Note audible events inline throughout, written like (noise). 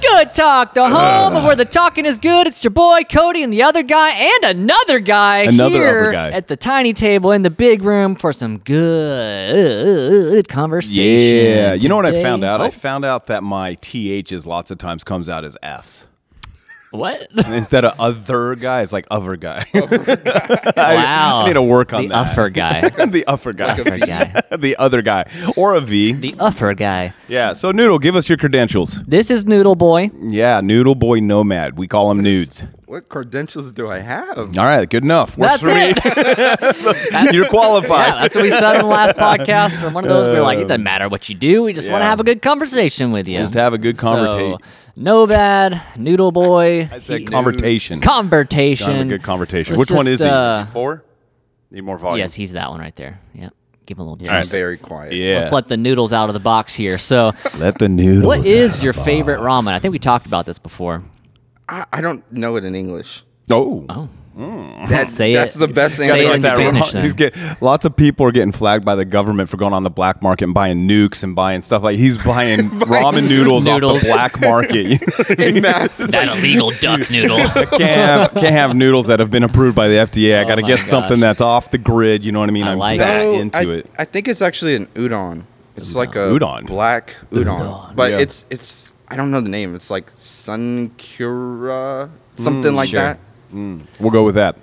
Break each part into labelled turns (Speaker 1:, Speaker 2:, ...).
Speaker 1: Good Talk, the home of where the talking is good. It's your boy Cody and the other guy and another guy
Speaker 2: Another
Speaker 1: here
Speaker 2: other guy.
Speaker 1: at the tiny table in the big room for some good conversation.
Speaker 2: Yeah. You know what I
Speaker 1: today?
Speaker 2: found out?
Speaker 1: Oh,
Speaker 2: I found out that my THs lots of times comes out as Fs. (laughs)
Speaker 1: what?
Speaker 2: And instead of other guy, it's like other guy.
Speaker 1: wow.
Speaker 2: (laughs) I need to work
Speaker 1: the
Speaker 2: on that.
Speaker 1: uffer guy.
Speaker 2: (laughs) the upper guy.
Speaker 1: Uffer guy.
Speaker 2: (laughs) the other guy. Or a V.
Speaker 1: The uffer guy.
Speaker 2: yeah. So, Noodle, give us your credentials.
Speaker 1: This is Noodle Boy.
Speaker 2: Yeah. Noodle Boy Nomad. We call him Nudes.
Speaker 3: What credentials do I have?
Speaker 2: All right. Good enough.
Speaker 1: That's
Speaker 2: Works for me.
Speaker 1: it. (laughs)
Speaker 2: (laughs) You're qualified.
Speaker 1: Yeah, that's what we said in the last podcast. From one of those, we were like, it doesn't matter what you do. We just want to
Speaker 2: yeah.
Speaker 1: have a good conversation with you.
Speaker 2: Just have a good
Speaker 1: So,
Speaker 2: conversate.
Speaker 1: no bad noodle boy.
Speaker 2: I said conversation.
Speaker 1: conversation.
Speaker 2: Have a good conversation.
Speaker 1: Let's
Speaker 2: Which one
Speaker 1: just,
Speaker 2: is he?
Speaker 1: uh,
Speaker 2: is he four? Need more volume.
Speaker 1: Yes, he's that one right there. Yep. Give him a little
Speaker 3: I'm
Speaker 1: juice.
Speaker 3: very quiet.
Speaker 2: Yeah.
Speaker 1: Let's let the noodles out of the box here. So,
Speaker 2: Let the (laughs) noodles.
Speaker 1: what is your favorite ramen? I think we talked about this before.
Speaker 3: I, I don't know it in English.
Speaker 2: Oh.
Speaker 1: Oh,
Speaker 3: That,
Speaker 1: Say
Speaker 3: that's
Speaker 1: it.
Speaker 3: the best
Speaker 1: Say
Speaker 3: answer.
Speaker 1: it
Speaker 3: I
Speaker 1: in
Speaker 3: can
Speaker 2: That
Speaker 3: give.
Speaker 1: Spanish.
Speaker 2: wrong- he's
Speaker 1: then.
Speaker 2: get, lots of people are getting flagged by the government for going on the black market and buying nukes and buying stuff like
Speaker 1: (laughs)
Speaker 2: he's buying ramen noodles, off
Speaker 1: Noodles.
Speaker 2: the
Speaker 1: (laughs)
Speaker 2: black market. (laughs) You know what I mean?
Speaker 3: In math.
Speaker 1: that
Speaker 2: (laughs)
Speaker 1: illegal duck noodle.
Speaker 2: can't have can't have noodles that have been approved by the FDA. I got
Speaker 1: Oh
Speaker 2: to
Speaker 1: my
Speaker 2: get
Speaker 1: gosh.
Speaker 2: something that's off the grid. You know what I mean?
Speaker 1: I
Speaker 2: I'm
Speaker 1: like
Speaker 2: that
Speaker 1: it.
Speaker 3: No,
Speaker 2: into
Speaker 3: I,
Speaker 2: it.
Speaker 3: I think it's actually an udon. It's like a
Speaker 2: Udon.
Speaker 3: black udon, but
Speaker 2: Yeah.
Speaker 3: it's it's I don't know the name. It's like sunkura something like
Speaker 1: sure.
Speaker 3: that.
Speaker 2: We'll go with that.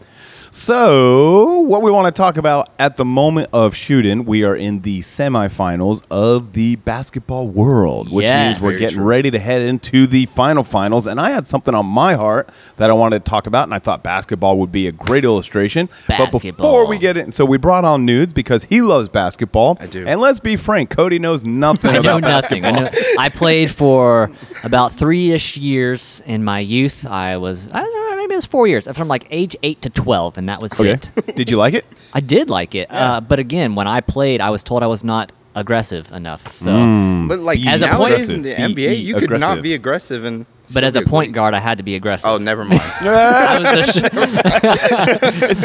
Speaker 2: So, what we want to talk about at the moment of shooting, we are in the semifinals of the basketball world, which
Speaker 1: Yes.
Speaker 2: means we're
Speaker 1: Very
Speaker 2: getting
Speaker 3: true.
Speaker 2: ready to head into the final finals. And I had something on my heart that I wanted to talk about, and I thought basketball would be a great illustration. But before
Speaker 1: Basketball.
Speaker 2: we get in, so we brought on Nudes because he loves basketball. I
Speaker 3: do.
Speaker 2: And let's be frank, Cody knows nothing
Speaker 1: I know
Speaker 2: about
Speaker 1: nothing. I, know, I played for about three ish years in my youth. I was, I was maybe it was four years from like age eight to twelve, and that was it.
Speaker 2: Okay. Did you like it?
Speaker 1: I did like it, uh, but again, when I played, I was told I was not aggressive enough. So,
Speaker 2: Hmm.
Speaker 3: But like
Speaker 2: As a point-
Speaker 3: nowadays in the
Speaker 2: Be
Speaker 3: NBA, you could
Speaker 2: aggressive.
Speaker 3: not be aggressive and.
Speaker 1: but as a point guard, I had to be aggressive.
Speaker 3: Oh, never
Speaker 1: (laughs)
Speaker 3: mind.
Speaker 1: I was the sh-
Speaker 2: It's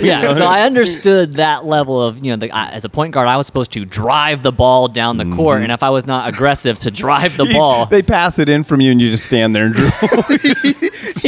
Speaker 1: (laughs) yeah, so I understood that level of you know, the, I, as a point guard, I was supposed to drive the ball down the court, and if I was not aggressive to drive the
Speaker 2: You-
Speaker 1: ball,
Speaker 2: They pass it in from you, and you just stand there and drool.
Speaker 3: he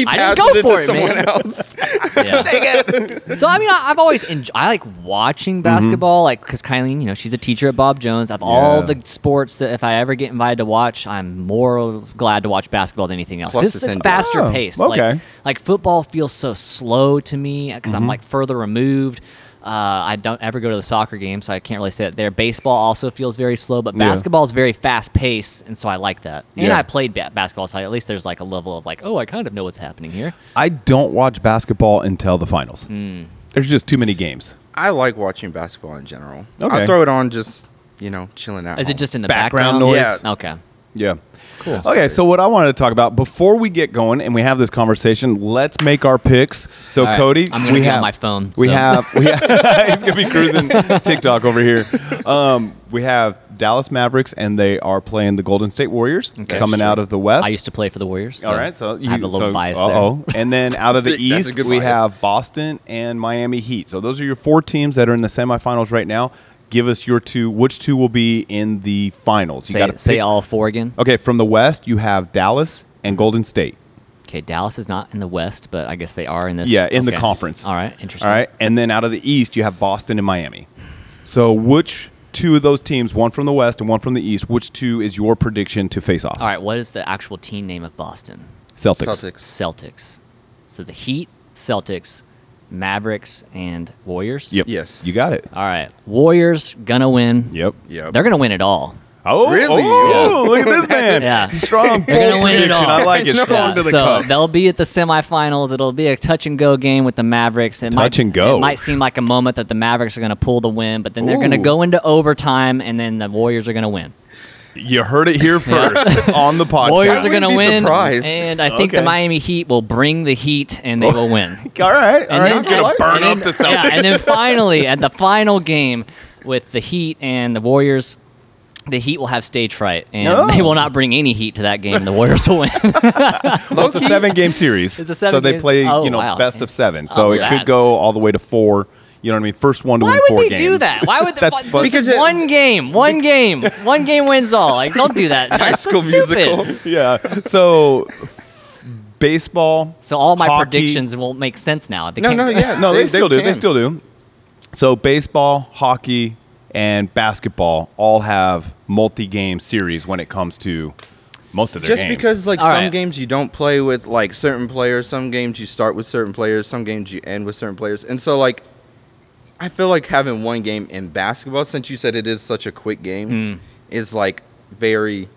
Speaker 1: I didn't
Speaker 3: passed
Speaker 1: go
Speaker 3: it
Speaker 1: for
Speaker 3: to
Speaker 1: it,
Speaker 3: someone
Speaker 1: man.
Speaker 3: else.
Speaker 1: Yeah. So I mean, I, I've always enjoyed. I like
Speaker 2: Mm-hmm.
Speaker 1: watching basketball, like because Kylie, you know, she's a teacher at Bob Jones. Of all
Speaker 2: Yeah.
Speaker 1: the sports that if I ever get invited to watch, I'm more glad to watch basketball than anything else.
Speaker 3: Plus
Speaker 1: This
Speaker 3: it's
Speaker 1: it's
Speaker 3: indoor.
Speaker 1: faster
Speaker 2: Oh,
Speaker 1: paced.
Speaker 2: okay. Mm-hmm.
Speaker 1: Like, like football feels so slow to me because I'm like further removed. Uh, I don't ever go to the soccer game, so I can't really say that there. Baseball also feels very slow, but
Speaker 2: Yeah.
Speaker 1: basketball is very fast paced, and so I like that. And
Speaker 2: Yeah.
Speaker 1: I played ba- basketball, so at least there's like a level of like, oh, I kind of know what's happening here.
Speaker 2: I don't watch basketball until the finals.
Speaker 1: Hmm.
Speaker 2: There's just too many games.
Speaker 3: I like watching basketball in general.
Speaker 2: Okay.
Speaker 3: I throw it on just you know chilling out.
Speaker 1: Is it
Speaker 3: home.
Speaker 1: just in the
Speaker 2: Background
Speaker 1: background,
Speaker 3: noise?
Speaker 1: Yeah. Okay.
Speaker 2: Yeah. Cool. Okay, so what I wanted to talk about before we get going and we have this conversation, let's make our picks. So
Speaker 1: right.
Speaker 2: Cody,
Speaker 1: I'm gonna
Speaker 2: we
Speaker 1: be on
Speaker 2: have
Speaker 1: my phone,
Speaker 2: We
Speaker 1: so. (laughs)
Speaker 2: have we have, (laughs) he's gonna be cruising TikTok over here. Um, we have Dallas Mavericks and they are playing the Golden State Warriors coming
Speaker 3: sure.
Speaker 2: out of the West.
Speaker 1: I used to play for the Warriors.
Speaker 2: All right, so you
Speaker 1: I have a little
Speaker 2: so,
Speaker 1: bias (laughs)
Speaker 2: uh-oh. And then out of the
Speaker 3: (laughs) That's a
Speaker 2: East,
Speaker 3: good
Speaker 2: we
Speaker 3: bias.
Speaker 2: have Boston and Miami Heat. So those are your four teams that are in the semifinals right now. Give us your two. Which two will be in the finals?
Speaker 1: there. Say,
Speaker 2: gotta
Speaker 1: say
Speaker 2: pick- Oh.
Speaker 1: all four again.
Speaker 2: Okay, from the West, you have Dallas and Golden State.
Speaker 1: Okay, Dallas is not in the West, but I guess they are in this.
Speaker 2: Yeah, in the
Speaker 1: okay.
Speaker 2: conference.
Speaker 1: All right, interesting.
Speaker 2: All right, and then out of the East, you have Boston and Miami. So which two of those teams, one from the West and one from the East, which two is your prediction to face off?
Speaker 1: All right, what is the actual team name of Boston?
Speaker 2: Celtics.
Speaker 3: Celtics?
Speaker 1: Celtics. So the Heat, Celtics, Mavericks, and Warriors.
Speaker 2: Yep.
Speaker 3: Yes.
Speaker 2: You got it.
Speaker 1: All right, Warriors gonna win.
Speaker 2: Yep.
Speaker 3: Yep.
Speaker 1: They're gonna win it all.
Speaker 2: Oh,
Speaker 3: Really?
Speaker 2: oh, look at this man.
Speaker 1: Yeah.
Speaker 2: Strong, bold
Speaker 1: They're gonna win it
Speaker 2: prediction.
Speaker 1: all.
Speaker 2: I like it.
Speaker 3: No.
Speaker 2: Strong to the
Speaker 1: so
Speaker 2: cup.
Speaker 1: they'll be at the semifinals. It'll be a touch and go game with the Mavericks. It
Speaker 2: Touch
Speaker 1: might,
Speaker 2: and go.
Speaker 1: It might seem like a moment that the Mavericks are going to pull the win, but then they're going to
Speaker 2: Ooh.
Speaker 1: go into overtime, and then the Warriors are going to win.
Speaker 2: (laughs) You heard it here first on the podcast.
Speaker 1: Warriors
Speaker 3: I
Speaker 1: are going to
Speaker 3: wouldn't be
Speaker 1: win,
Speaker 3: surprised.
Speaker 1: and I think
Speaker 2: Okay.
Speaker 1: the Miami Heat will bring the heat, and they will
Speaker 2: (laughs)
Speaker 1: win.
Speaker 2: (laughs) all
Speaker 1: And
Speaker 2: right. All right.
Speaker 1: then-
Speaker 2: He's gonna
Speaker 1: and-
Speaker 2: burn
Speaker 1: and
Speaker 2: up the
Speaker 1: then-
Speaker 2: Celtics.
Speaker 1: Yeah, and then finally, at the final game with the Heat and the Warriors. The Heat will have stage fright, and
Speaker 2: No.
Speaker 1: they will not bring any heat to that game. The Warriors
Speaker 2: (laughs)
Speaker 1: will win.
Speaker 2: Well, it's a seven game series.
Speaker 1: It's a seven
Speaker 2: So they
Speaker 1: games-
Speaker 2: play,
Speaker 1: oh,
Speaker 2: you know,
Speaker 1: wow.
Speaker 2: best of seven. So
Speaker 1: Oh,
Speaker 2: it could
Speaker 1: that's-
Speaker 2: go all the way to four. You know what I mean? First one to
Speaker 1: Why
Speaker 2: win
Speaker 1: would
Speaker 2: four
Speaker 1: they
Speaker 2: games.
Speaker 1: do that? Why
Speaker 2: (laughs)
Speaker 1: would they,
Speaker 2: That's
Speaker 1: this
Speaker 3: Because
Speaker 1: is
Speaker 3: it-
Speaker 1: one game, one game, one game wins all? Like, don't do
Speaker 2: (laughs)
Speaker 1: that. High
Speaker 3: School Musical.
Speaker 2: yeah. So baseball.
Speaker 1: So all my
Speaker 2: hockey-
Speaker 1: predictions won't make sense now. They
Speaker 3: No,
Speaker 1: can't- (laughs)
Speaker 3: no, yeah.
Speaker 2: No, they, still do. They
Speaker 3: can.
Speaker 2: still do. So baseball, hockey, and basketball all have multi-game series when it comes to most of their
Speaker 3: Just
Speaker 2: games.
Speaker 3: because like
Speaker 1: All
Speaker 3: some
Speaker 1: right.
Speaker 3: games you don't play with like certain players, some games you start with certain players, some games you end with certain players, and so like I feel like having one game in basketball, since you said it is such a quick game,
Speaker 2: Hmm.
Speaker 3: is like very.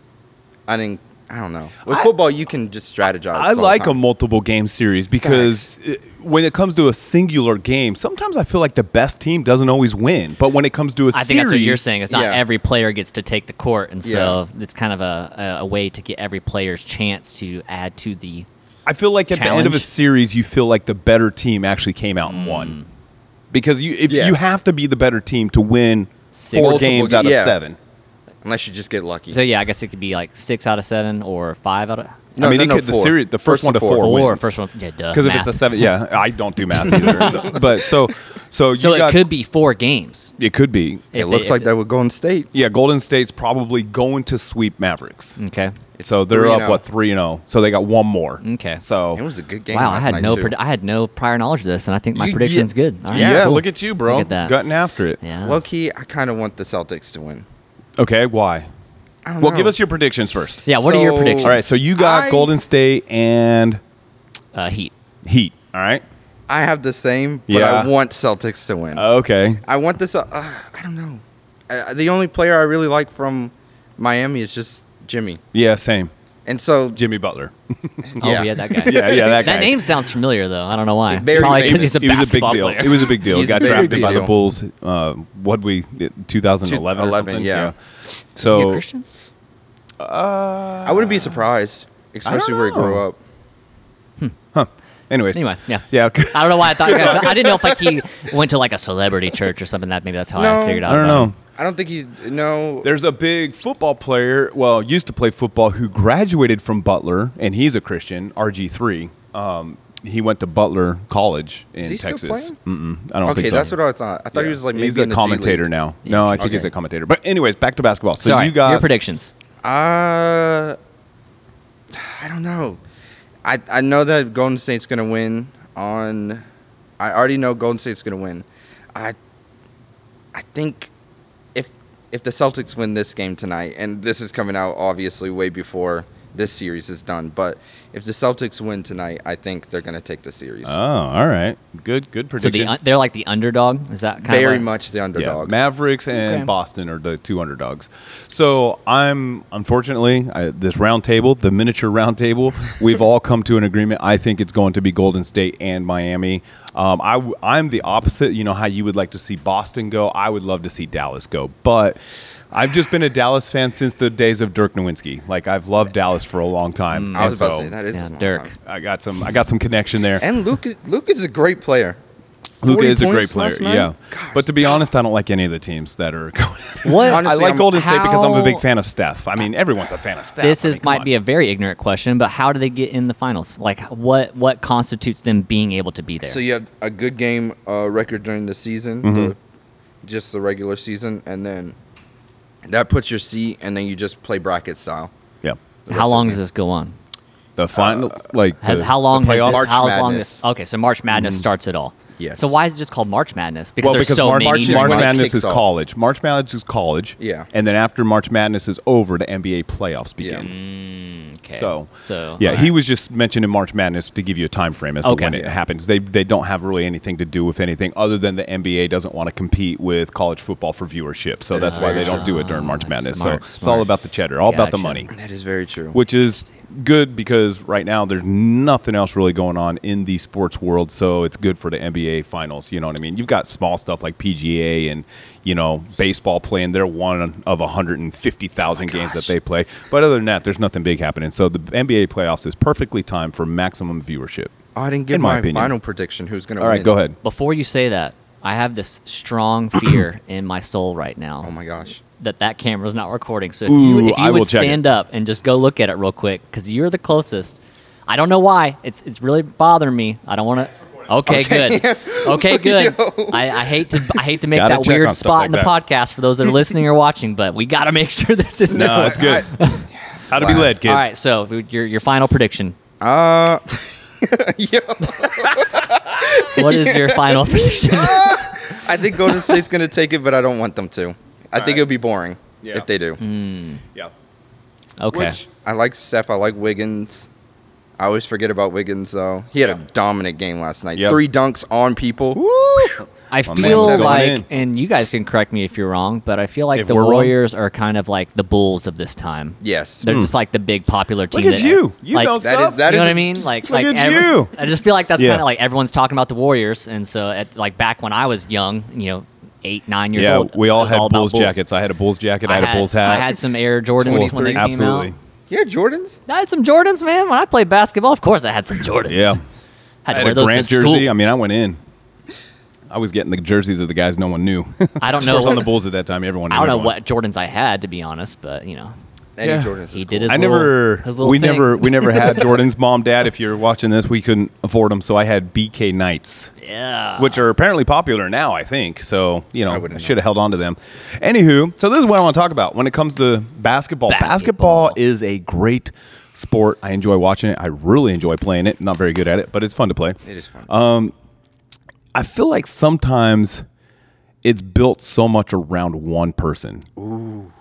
Speaker 3: I didn't. I don't know. With
Speaker 2: I-
Speaker 3: football, you can just strategize.
Speaker 2: I
Speaker 3: all the
Speaker 2: like a
Speaker 3: time.
Speaker 2: multiple game series because uh, when it comes to a singular game, sometimes I feel like the best team doesn't always win. But when it comes to a
Speaker 1: I
Speaker 2: series,
Speaker 1: think that's what you're saying. It's not
Speaker 3: Yeah.
Speaker 1: every player gets to take the court, and so it's kind of a, a, a way to get every player's chance to add to the.
Speaker 2: I feel like at the end of a
Speaker 1: Challenge. Mm.
Speaker 2: series, you feel like the better team actually came out and won because you if you
Speaker 3: Yes.
Speaker 2: have to be the better team to win
Speaker 1: Six.
Speaker 2: four
Speaker 1: Multiple
Speaker 2: games
Speaker 3: ga-
Speaker 2: out of
Speaker 3: yeah.
Speaker 2: seven.
Speaker 3: unless you just get lucky.
Speaker 1: So yeah, I guess it could be like six out of seven or five out of
Speaker 2: I mean, it could- the
Speaker 3: four.
Speaker 2: series- the first one
Speaker 3: to
Speaker 2: to four.
Speaker 1: four.
Speaker 2: wins.
Speaker 1: First one, yeah, duh.
Speaker 2: Because if
Speaker 1: math.
Speaker 2: it's a seven, yeah, I don't do math either. but so so
Speaker 1: so
Speaker 2: you
Speaker 1: it
Speaker 2: got,
Speaker 1: could be four games.
Speaker 2: it could be
Speaker 3: It
Speaker 1: If
Speaker 3: looks
Speaker 1: if
Speaker 3: like that with Golden State.
Speaker 2: yeah. Golden State's probably going to sweep Mavericks.
Speaker 1: Okay.
Speaker 3: It's
Speaker 2: So they're
Speaker 3: three
Speaker 2: up
Speaker 3: and oh.
Speaker 2: what three and zero. So they got one more.
Speaker 1: Okay.
Speaker 2: So
Speaker 3: It was a good game.
Speaker 1: wow, I
Speaker 3: last
Speaker 1: had
Speaker 3: night,
Speaker 1: no
Speaker 3: too.
Speaker 1: pred- I had no prior knowledge of this, and I think my
Speaker 3: You-
Speaker 1: prediction's
Speaker 3: yeah.
Speaker 1: good. All right,
Speaker 2: yeah,
Speaker 3: Yeah,
Speaker 1: cool.
Speaker 2: look at you, bro.
Speaker 1: Look at that.
Speaker 2: Gotten after it.
Speaker 1: Yeah.
Speaker 3: Low key, I kind of want the Celtics to win.
Speaker 2: Okay, why?
Speaker 3: I don't
Speaker 2: Well,
Speaker 3: know.
Speaker 2: give us your predictions first.
Speaker 1: yeah. What are your
Speaker 3: So-
Speaker 1: predictions?
Speaker 2: All right, so you got
Speaker 3: I-
Speaker 2: Golden State and
Speaker 1: uh, Heat.
Speaker 2: Heat. All right.
Speaker 3: I have the same, but
Speaker 2: Yeah. Oh.
Speaker 3: I want Celtics to win.
Speaker 2: Okay.
Speaker 3: I want this. Uh, uh, I don't know. Uh, the only player I really like from Miami is just Jimmy,
Speaker 2: Yeah, same.
Speaker 3: and so
Speaker 2: Jimmy Butler.
Speaker 1: Oh yeah, that guy.
Speaker 2: (laughs) yeah, yeah, that guy.
Speaker 1: That name sounds familiar though. I don't know why.
Speaker 3: Barry
Speaker 1: Probably
Speaker 3: Mavis.
Speaker 1: because he's a
Speaker 2: it was a big
Speaker 1: basketball
Speaker 2: deal.
Speaker 1: player. (laughs)
Speaker 2: It was a big deal. He
Speaker 3: He's
Speaker 2: got
Speaker 3: a big
Speaker 2: drafted by the
Speaker 3: deal.
Speaker 2: Bulls. Uh, what we 2011. or
Speaker 3: 2011,
Speaker 2: something?
Speaker 3: yeah.
Speaker 1: Is he a
Speaker 2: So
Speaker 1: Christian?
Speaker 2: Uh,
Speaker 3: I wouldn't be surprised, especially where he
Speaker 2: know.
Speaker 3: grew up.
Speaker 2: Anyways.
Speaker 1: Anyway, yeah.
Speaker 2: Yeah. Okay. (laughs)
Speaker 1: I don't know why I thought. I didn't know if like he went to like a celebrity church or something. That maybe that's how I
Speaker 3: No.
Speaker 1: figured out.
Speaker 2: I don't
Speaker 1: about
Speaker 2: know.
Speaker 1: him.
Speaker 3: I don't think he. No,
Speaker 2: There's a big football player, well, used to play football, who graduated from Butler, and he's a Christian, RG3. Um, he went to Butler College in
Speaker 3: he still
Speaker 2: Texas. Mm-mm, I don't
Speaker 3: okay,
Speaker 2: think so.
Speaker 3: that's what I thought. I thought he
Speaker 2: Yeah.
Speaker 3: was like maybe
Speaker 2: he's
Speaker 3: in
Speaker 2: a
Speaker 3: the G
Speaker 2: commentator
Speaker 3: League.
Speaker 2: now. No, I think
Speaker 3: Okay.
Speaker 2: he's a commentator. But anyways, back to basketball. So
Speaker 1: Sorry,
Speaker 2: you got
Speaker 1: your predictions.
Speaker 3: Uh, I don't know. I I know that Golden State's gonna win on. I already know Golden State's gonna win. I I think if if the Celtics win this game tonight, and this is coming out obviously way before this series is done, but if the Celtics win tonight, I think they're gonna take the series.
Speaker 1: Uh,
Speaker 2: Oh, all right. Good good
Speaker 1: So the,
Speaker 2: prediction.
Speaker 1: un- they're like the underdog. Is that kind of
Speaker 3: Very
Speaker 1: like-
Speaker 3: much the
Speaker 2: yeah,
Speaker 3: underdog.
Speaker 2: Mavericks and
Speaker 1: Okay.
Speaker 2: Boston are the two underdogs. So I'm unfortunately I, this round table, the miniature round table, we've all come to an agreement. I think it's going to be Golden State and Miami. Um, I w- I'm the opposite. You know how you would like to see Boston go. I would love to see Dallas go, but I've just been a Dallas fan since the days of Dirk Nowitzki. Like I've loved Dallas for a long time.
Speaker 3: Mm. I was
Speaker 2: and
Speaker 3: about
Speaker 2: so
Speaker 3: to say that is
Speaker 1: yeah,
Speaker 3: a long
Speaker 1: Dirk.
Speaker 3: time.
Speaker 2: I got some. I got some connection there.
Speaker 3: And Luke is, Luke is a great player.
Speaker 2: Luca
Speaker 3: 40
Speaker 2: is a great
Speaker 3: points
Speaker 2: player.
Speaker 3: last night?
Speaker 2: Yeah,
Speaker 3: God,
Speaker 2: but to be honest, I don't like any of the teams that are (laughs) going.
Speaker 1: What?
Speaker 2: I
Speaker 3: Honestly,
Speaker 2: like
Speaker 3: I'm-
Speaker 2: Golden State because I'm a big
Speaker 1: how-
Speaker 2: fan of Steph. I mean, everyone's a fan of Steph.
Speaker 1: This
Speaker 2: I
Speaker 1: is
Speaker 2: mean, come
Speaker 1: might
Speaker 2: on.
Speaker 1: be a very ignorant question, but how do they get in the finals? Like, what what constitutes them being able to be there?
Speaker 3: So you had a good game uh, record during the season, the,
Speaker 2: Mm-hmm.
Speaker 3: just the regular season, and then that puts your seat, and then you just play bracket style.
Speaker 2: yeah.
Speaker 1: how long does this go on?
Speaker 2: The finals, like
Speaker 1: Uh, Has,
Speaker 2: the-
Speaker 1: how long
Speaker 2: the
Speaker 1: has this,
Speaker 2: playoffs?
Speaker 3: March
Speaker 1: how long
Speaker 3: Madness.
Speaker 1: this? Okay, so March Madness starts it all.
Speaker 3: Yes.
Speaker 1: So why is it just called March Madness? Because
Speaker 2: Mm-hmm. well,
Speaker 1: there's
Speaker 2: because
Speaker 1: so
Speaker 2: March,
Speaker 1: many.
Speaker 2: March,
Speaker 3: March is when it
Speaker 2: Madness is
Speaker 3: kicks off.
Speaker 2: college. March Madness is college.
Speaker 3: Yeah.
Speaker 2: and then after March Madness is over, the NBA playoffs
Speaker 3: Yeah.
Speaker 2: begin.
Speaker 1: Mm, okay.
Speaker 2: So,
Speaker 1: so
Speaker 2: yeah,
Speaker 1: all
Speaker 2: he
Speaker 1: right.
Speaker 2: was just mentioning March Madness to give you a time frame as to
Speaker 1: Okay.
Speaker 2: when it
Speaker 1: Yeah.
Speaker 2: happens. They they don't have really anything to do with anything other than the NBA doesn't want to compete with college football for viewership, so that's why they don't do it during March
Speaker 1: Ah,
Speaker 2: Madness.
Speaker 1: smart,
Speaker 2: so it's
Speaker 1: smart.
Speaker 2: all about the cheddar, all about the
Speaker 1: Gotcha.
Speaker 2: money,
Speaker 3: That is very true.
Speaker 2: which is good because right now there's nothing else really going on in the sports world, so it's good for the NBA finals. You know what I mean? You've got small stuff like PGA and you know baseball playing their one of 150,000 games that
Speaker 3: gosh.
Speaker 2: they play, but other than that, there's nothing big happening. So the NBA playoffs is perfectly timed for maximum viewership.
Speaker 3: Oh, I didn't give
Speaker 2: in my
Speaker 3: my,
Speaker 2: opinion.
Speaker 3: final prediction. Who's going to
Speaker 2: All
Speaker 3: win?
Speaker 2: right, go ahead.
Speaker 3: (laughs)
Speaker 1: Before you say that, I have this
Speaker 2: (clears throat)
Speaker 1: strong fear in my soul right now.
Speaker 3: Oh my gosh. (laughs)
Speaker 1: that that camera's not recording. So if
Speaker 2: Ooh,
Speaker 1: you, if
Speaker 2: I
Speaker 1: you
Speaker 2: will
Speaker 1: would
Speaker 2: check it.
Speaker 1: stand up and just go look at it real quick, because you're the closest. I don't know why. It's it's really bothering me. I don't want to. Okay,
Speaker 2: (laughs)
Speaker 3: Okay.
Speaker 1: good. Okay, good.
Speaker 3: Yo.
Speaker 1: I, I hate to I hate to make
Speaker 2: Gotta
Speaker 1: that
Speaker 2: check
Speaker 1: weird
Speaker 2: on stuff
Speaker 1: spot in the
Speaker 2: like
Speaker 1: podcast for those that are listening or watching, but we got to make sure this is
Speaker 2: No,
Speaker 1: not.
Speaker 2: it's good. How to be
Speaker 3: Wow.
Speaker 2: led, kids.
Speaker 1: All right, so your your final prediction.
Speaker 3: Uh, yo,
Speaker 1: What is your final
Speaker 2: (laughs)
Speaker 1: prediction?
Speaker 3: I think Golden State's gonna take it, but I don't want them to. I think
Speaker 2: right.
Speaker 3: it'll be boring
Speaker 2: Yeah.
Speaker 3: if they do.
Speaker 2: Yeah.
Speaker 1: Okay.
Speaker 2: Which-
Speaker 3: I like Steph. I like Wiggins. I always forget about Wiggins though. He had a dominant game last night.
Speaker 2: Yep.
Speaker 3: Three dunks on people.
Speaker 1: I
Speaker 2: My
Speaker 1: feel
Speaker 2: man's going
Speaker 1: like,
Speaker 2: in.
Speaker 1: and you guys can correct me if you're wrong, but I feel like
Speaker 2: If
Speaker 1: the
Speaker 2: we're wrong?
Speaker 1: Warriors are kind of like the Bulls of this time.
Speaker 3: Yes.
Speaker 2: Mm.
Speaker 1: They're just like the big popular team.
Speaker 2: Hmm. Look at
Speaker 1: that- e-,
Speaker 2: you. You
Speaker 1: like,
Speaker 2: know
Speaker 1: you
Speaker 2: stuff.
Speaker 3: that
Speaker 1: know
Speaker 3: is-
Speaker 1: what I mean? Like,
Speaker 2: Look
Speaker 1: like
Speaker 2: at you.
Speaker 1: I just feel like that's
Speaker 2: Yeah.
Speaker 1: kind of like everyone's talking about the Warriors, and so at, like back when I was young, you know, eight, nine years
Speaker 2: yeah,
Speaker 1: old,
Speaker 2: we all
Speaker 1: it was
Speaker 2: had
Speaker 1: about
Speaker 2: Bulls jackets. I had a Bulls jacket. I, had, a Bulls hat.
Speaker 1: I had some Air Jordans
Speaker 2: Bulls-
Speaker 1: when they
Speaker 2: Absolutely.
Speaker 1: came
Speaker 3: Yeah, Jordan's.
Speaker 1: out. I had some Jordans, man. When I played basketball, of course I had some Jordans.
Speaker 2: Yeah.
Speaker 1: had to
Speaker 2: I had
Speaker 1: wear
Speaker 2: a
Speaker 1: those to
Speaker 2: Grant
Speaker 1: school.
Speaker 2: jersey. I mean, I went in. I was getting the jerseys of the guys no one knew. (laughs)
Speaker 1: I don't
Speaker 2: I
Speaker 1: know.
Speaker 2: was on the Bulls at that time. Everyone.
Speaker 1: I don't know
Speaker 2: everyone.
Speaker 1: what Jordans I had to be honest, but you know,
Speaker 3: Any
Speaker 2: Yeah.
Speaker 3: Jordan's.
Speaker 1: He
Speaker 3: is
Speaker 1: did
Speaker 3: cool.
Speaker 1: his-
Speaker 2: I
Speaker 1: little-
Speaker 2: never.
Speaker 1: his little
Speaker 2: We
Speaker 1: thing.
Speaker 2: never. We
Speaker 1: (laughs)
Speaker 2: never had Jordan's mom, dad. If you're watching this, we couldn't afford them, so I had BK Knights.
Speaker 1: yeah.
Speaker 2: which are apparently popular now, I think. So, you know,
Speaker 3: I
Speaker 2: I,
Speaker 3: wouldn't know.
Speaker 2: should have held on to them. Anywho, so this is what I want to talk about when it comes to basketball.
Speaker 1: Basketball.
Speaker 2: Basketball, is a great sport. I enjoy watching it. I really enjoy playing it. Not very good at it, but it's fun to play.
Speaker 3: It is fun.
Speaker 2: I feel like sometimes it's built so much around one person. Ooh.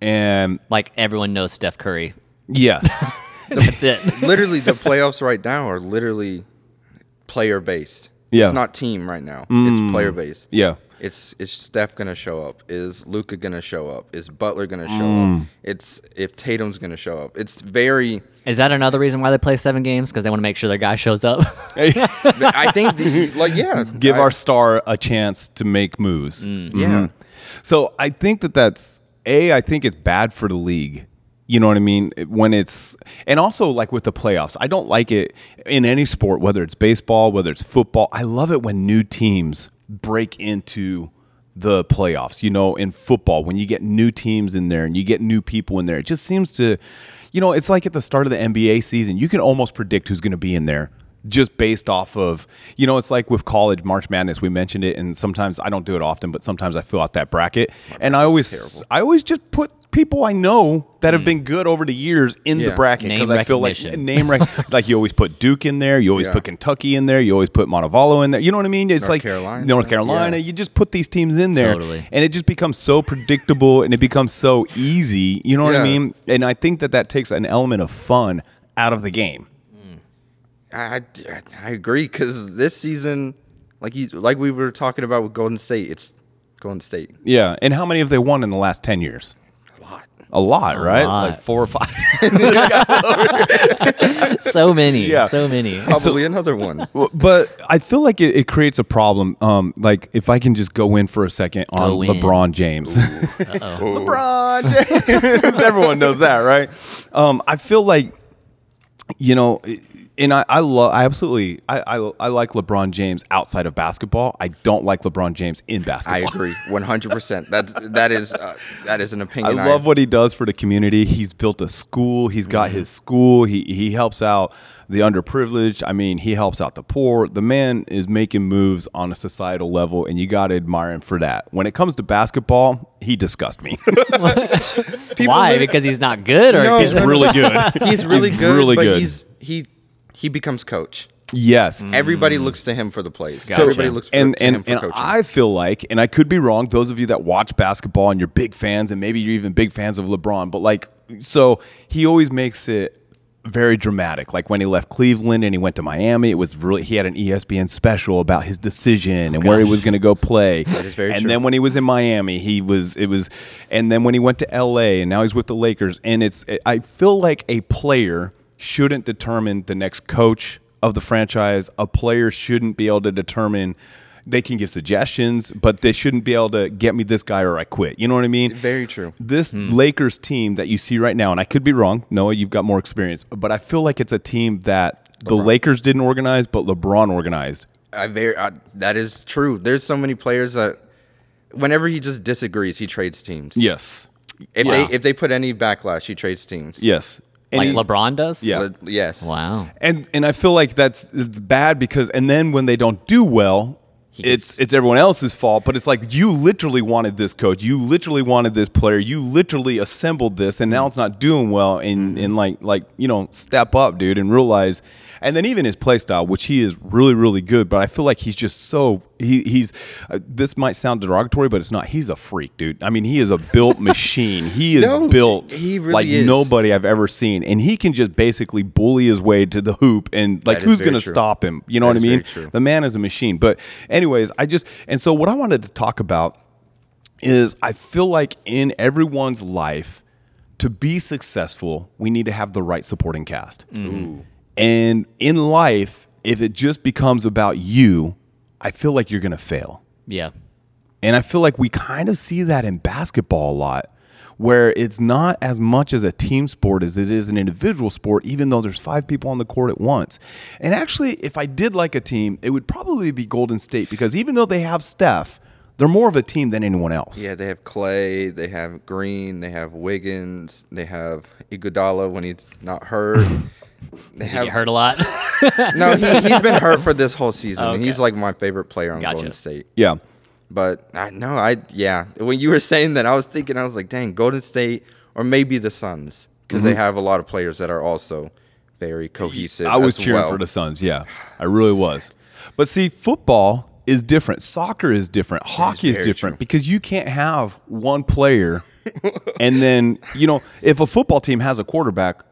Speaker 2: And
Speaker 1: like everyone knows Steph Curry.
Speaker 2: yes.
Speaker 1: That's
Speaker 2: (laughs)
Speaker 1: it.
Speaker 3: literally, the playoffs right now are literally player based.
Speaker 2: Yeah. Mm.
Speaker 3: It's not team right now. It's player based.
Speaker 2: yeah.
Speaker 3: It's is Steph gonna show up? Is Luca gonna show up? Is Butler gonna show
Speaker 2: Mm.
Speaker 3: up? It's if Tatum's gonna show up. It's very.
Speaker 1: Is that another reason why they play seven games? Because they want to make sure their guy shows up. (laughs)
Speaker 3: I
Speaker 2: (laughs)
Speaker 3: think the- like yeah.
Speaker 2: Give
Speaker 3: I- Mm.
Speaker 2: our mm-hmm. star a chance to make moves.
Speaker 3: yeah.
Speaker 2: So I think that that's a. I think it's bad for the league. You know what I mean? When it's and also like with the playoffs, I don't like it in any sport, whether it's baseball, whether it's football. I love it when new teams break into the playoffs. You know, in football, when you get new teams in there and you get new people in there, it just seems to, you know, it's like at the start of the NBA season, you can almost predict who's going to be in there just based off of you know it's like with college march madness we mentioned it and sometimes i don't do it often but sometimes i fill out that bracket and i always i always just put people i know that have been good over the years in
Speaker 3: Mm. Yeah.
Speaker 2: the bracket
Speaker 1: Name
Speaker 2: because i feel like
Speaker 1: recognition.
Speaker 2: name
Speaker 3: (laughs)
Speaker 2: rec- like you always put duke in there you always
Speaker 3: Yeah.
Speaker 2: put kentucky in there you always put montevallo in there you know what i mean it's
Speaker 3: North
Speaker 2: like
Speaker 3: Carolina.
Speaker 2: north carolina
Speaker 3: Yeah.
Speaker 2: you just put these teams in there
Speaker 1: Totally.
Speaker 2: and it just becomes so predictable and it becomes so easy you know what i
Speaker 3: Yeah.
Speaker 2: mean and i think that that takes an element of fun out of the game
Speaker 3: I, I- I agree because this season, like you, like we were talking about with Golden State, it's Golden State.
Speaker 2: Yeah, and how many have they won in the last ten years?
Speaker 3: A lot.
Speaker 2: A lot, right?
Speaker 1: lot.
Speaker 2: Like four or five. (laughs)
Speaker 1: so many.
Speaker 2: Yeah.
Speaker 1: So
Speaker 2: (laughs)
Speaker 1: many.
Speaker 3: Probably another one.
Speaker 2: but I feel like it, it creates a problem. Um, like if I can just go in for a second on
Speaker 1: Go in.
Speaker 2: LeBron (laughs) James.
Speaker 3: Ooh.
Speaker 1: (laughs)
Speaker 2: LeBron James. (laughs) Everyone knows that, right? Um, I feel like, you know, and I, I love, I absolutely, I, I, I like LeBron James outside of basketball. I don't like LeBron James in
Speaker 3: I
Speaker 2: basketball.
Speaker 3: agree, one hundred percent. That's that is uh, that is an
Speaker 2: I
Speaker 3: opinion.
Speaker 2: love what he does for the community. He's built a school. He's got
Speaker 3: Mm-hmm.
Speaker 2: his school. He he helps out the underprivileged. I mean, he helps out the poor. The man is making moves on a societal level, and you got to admire him for that. When it comes to basketball, he disgusts
Speaker 3: (laughs)
Speaker 2: me.
Speaker 1: Why?
Speaker 3: literally-
Speaker 1: Because he's not good, or
Speaker 3: No,
Speaker 1: because
Speaker 3: no,
Speaker 2: really good.
Speaker 3: He's really
Speaker 2: He's
Speaker 3: good,
Speaker 2: really
Speaker 3: but
Speaker 2: good.
Speaker 3: he's he he becomes coach.
Speaker 2: yes.
Speaker 3: Everybody looks to him for the plays.
Speaker 2: So-
Speaker 3: Everybody looks for,
Speaker 2: Mm. and,
Speaker 3: to
Speaker 2: and,
Speaker 3: him for
Speaker 2: and
Speaker 3: coaching.
Speaker 2: I feel like, and I could be wrong, those of you that watch basketball and you're big fans, and maybe you're even big fans of LeBron, but like, so he always makes it very dramatic. Like when he left Cleveland and he went to Miami, it was really, he had an E ESPN special about his decision and where he was going to go play. That
Speaker 3: is very
Speaker 2: and
Speaker 3: true.
Speaker 2: then when he was in Miami, he was, it was, and then when he went to LA and now he's with the Lakers. And it's, I feel like a player shouldn't determine the next coach of the franchise. A player shouldn't be able to determine. They can give suggestions, but they shouldn't be able to get me this guy or I quit. You know what I mean?
Speaker 3: Very true.
Speaker 2: This Lakers team that you see right now, and I could be wrong. Noah, you've got more experience, but I feel like it's a team that the Lakers didn't organize, but LeBron organized.
Speaker 3: I very I, that is true. There's so many players that whenever he just disagrees, he trades teams.
Speaker 2: Yes.
Speaker 3: If
Speaker 2: Yeah.
Speaker 3: they if they put any backlash, he trades teams.
Speaker 2: Yes.
Speaker 1: like
Speaker 2: he-
Speaker 1: LeBron does.
Speaker 2: Yeah.
Speaker 3: Le- yes.
Speaker 1: Wow.
Speaker 2: And and I feel like that's it's bad because and then when they don't do well, it's it's everyone else's fault. But it's like you literally wanted this coach, you literally wanted this player, you literally assembled this, and now it's not doing well.
Speaker 3: Mm-hmm.
Speaker 2: And and like like you know step up, dude, and realize. And then even his play style, which he is really really good, but I feel like he's just so he he's. Uh, this might sound derogatory, but it's not. He's a freak, dude. I mean, he is a built (laughs) machine. He is
Speaker 3: No,
Speaker 2: built
Speaker 3: he really
Speaker 2: like
Speaker 3: is.
Speaker 2: nobody nobody I've ever seen, and he can just basically bully his way to the hoop, and like
Speaker 3: That is
Speaker 2: who's
Speaker 3: very
Speaker 2: going to
Speaker 3: true.
Speaker 2: stop him? You know
Speaker 3: That
Speaker 2: what I
Speaker 3: is
Speaker 2: mean?
Speaker 3: very true.
Speaker 2: The man is a machine. But anyways, I just and so what I wanted to talk about is I feel like in everyone's life, to be successful, we need to have the right supporting cast.
Speaker 3: Mm-hmm.
Speaker 2: And in life, if it just becomes about you, I feel like you're going to fail.
Speaker 1: Yeah.
Speaker 2: And I feel like we kind of see that in basketball a lot, where it's not as much as a team sport as it is an individual sport, even though there's five people on the court at once. And actually, if I did like a team, it would probably be Golden State because even though they have Steph, they're more of a team than anyone else.
Speaker 3: Yeah, they have Clay, they have Green, they have Wiggins, they have Iguodala when he's
Speaker 2: (laughs)
Speaker 3: not hurt. They
Speaker 1: Did
Speaker 3: have
Speaker 1: you hurt a lot?
Speaker 3: no, he, he's been hurt for this whole season.
Speaker 2: (laughs)
Speaker 3: He's like my favorite player on
Speaker 1: Gotcha.
Speaker 3: Golden State.
Speaker 2: Yeah.
Speaker 3: But I know I yeah. When you were saying that, I was thinking I was like, dang, Golden State or maybe the Suns because they have a lot of players that are also very cohesive.
Speaker 2: Mm-hmm. I was
Speaker 3: as
Speaker 2: cheering
Speaker 3: well.
Speaker 2: for the Suns. Yeah, I really was. But see, football is different. Soccer is different. Hockey is
Speaker 3: very
Speaker 2: different
Speaker 3: true.
Speaker 2: because you can't have one player (laughs) and then, you know, if a football team has a quarterback,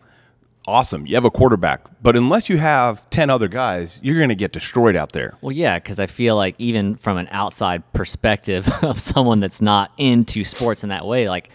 Speaker 2: awesome. You have a quarterback. But unless you have 10 other guys, you're going to get destroyed out there.
Speaker 1: well, yeah, because I feel like even from an outside perspective (laughs) of someone that's not into sports in that way, like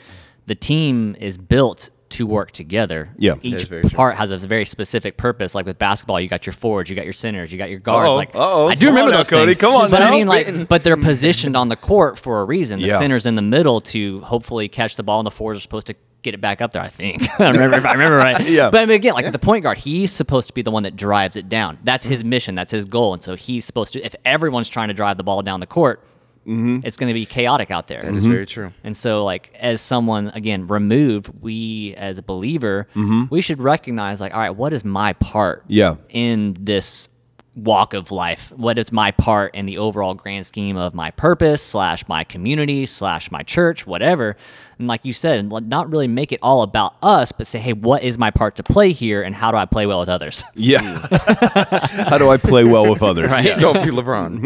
Speaker 1: the team is built to work together.
Speaker 2: Yeah. That
Speaker 1: Each
Speaker 3: very true.
Speaker 1: part has a very specific purpose. Like with basketball, you got your forwards, you got your centers, you got your guards.
Speaker 2: Uh-oh,
Speaker 1: like
Speaker 2: uh-oh.
Speaker 1: I do
Speaker 2: Come on
Speaker 1: remember
Speaker 2: now,
Speaker 1: those
Speaker 2: Cody,
Speaker 1: things.
Speaker 2: come on
Speaker 1: but
Speaker 2: now.
Speaker 1: I mean, like, but
Speaker 2: (laughs)
Speaker 1: they're positioned on the court for a reason. The
Speaker 2: Yeah.
Speaker 1: center's in the middle to hopefully catch the ball, and the forwards are supposed to get it back up there. I think (laughs) I remember if I remember right.
Speaker 2: (laughs) Yeah.
Speaker 1: But I mean, again, like with the point guard, he's supposed to be the one that drives it down. That's his mission. That's his goal. And so he's supposed to. If everyone's trying to drive the ball down the court,
Speaker 2: Mm-hmm.
Speaker 1: it's going to be chaotic out there.
Speaker 3: That is very true.
Speaker 1: And so, like, as someone again removed, we as a believer, we should recognize, like, all right, what is my part?
Speaker 2: Yeah.
Speaker 1: In this walk of life, what is my part in the overall grand scheme of my purpose slash my community slash my church, whatever? And like you said, and not really make it all about us, but say, hey, what is my part to play here, and how do I play well with others?
Speaker 2: Yeah. (laughs) How do I play well with others? Yeah.
Speaker 3: Don't
Speaker 2: (laughs)
Speaker 3: be LeBron.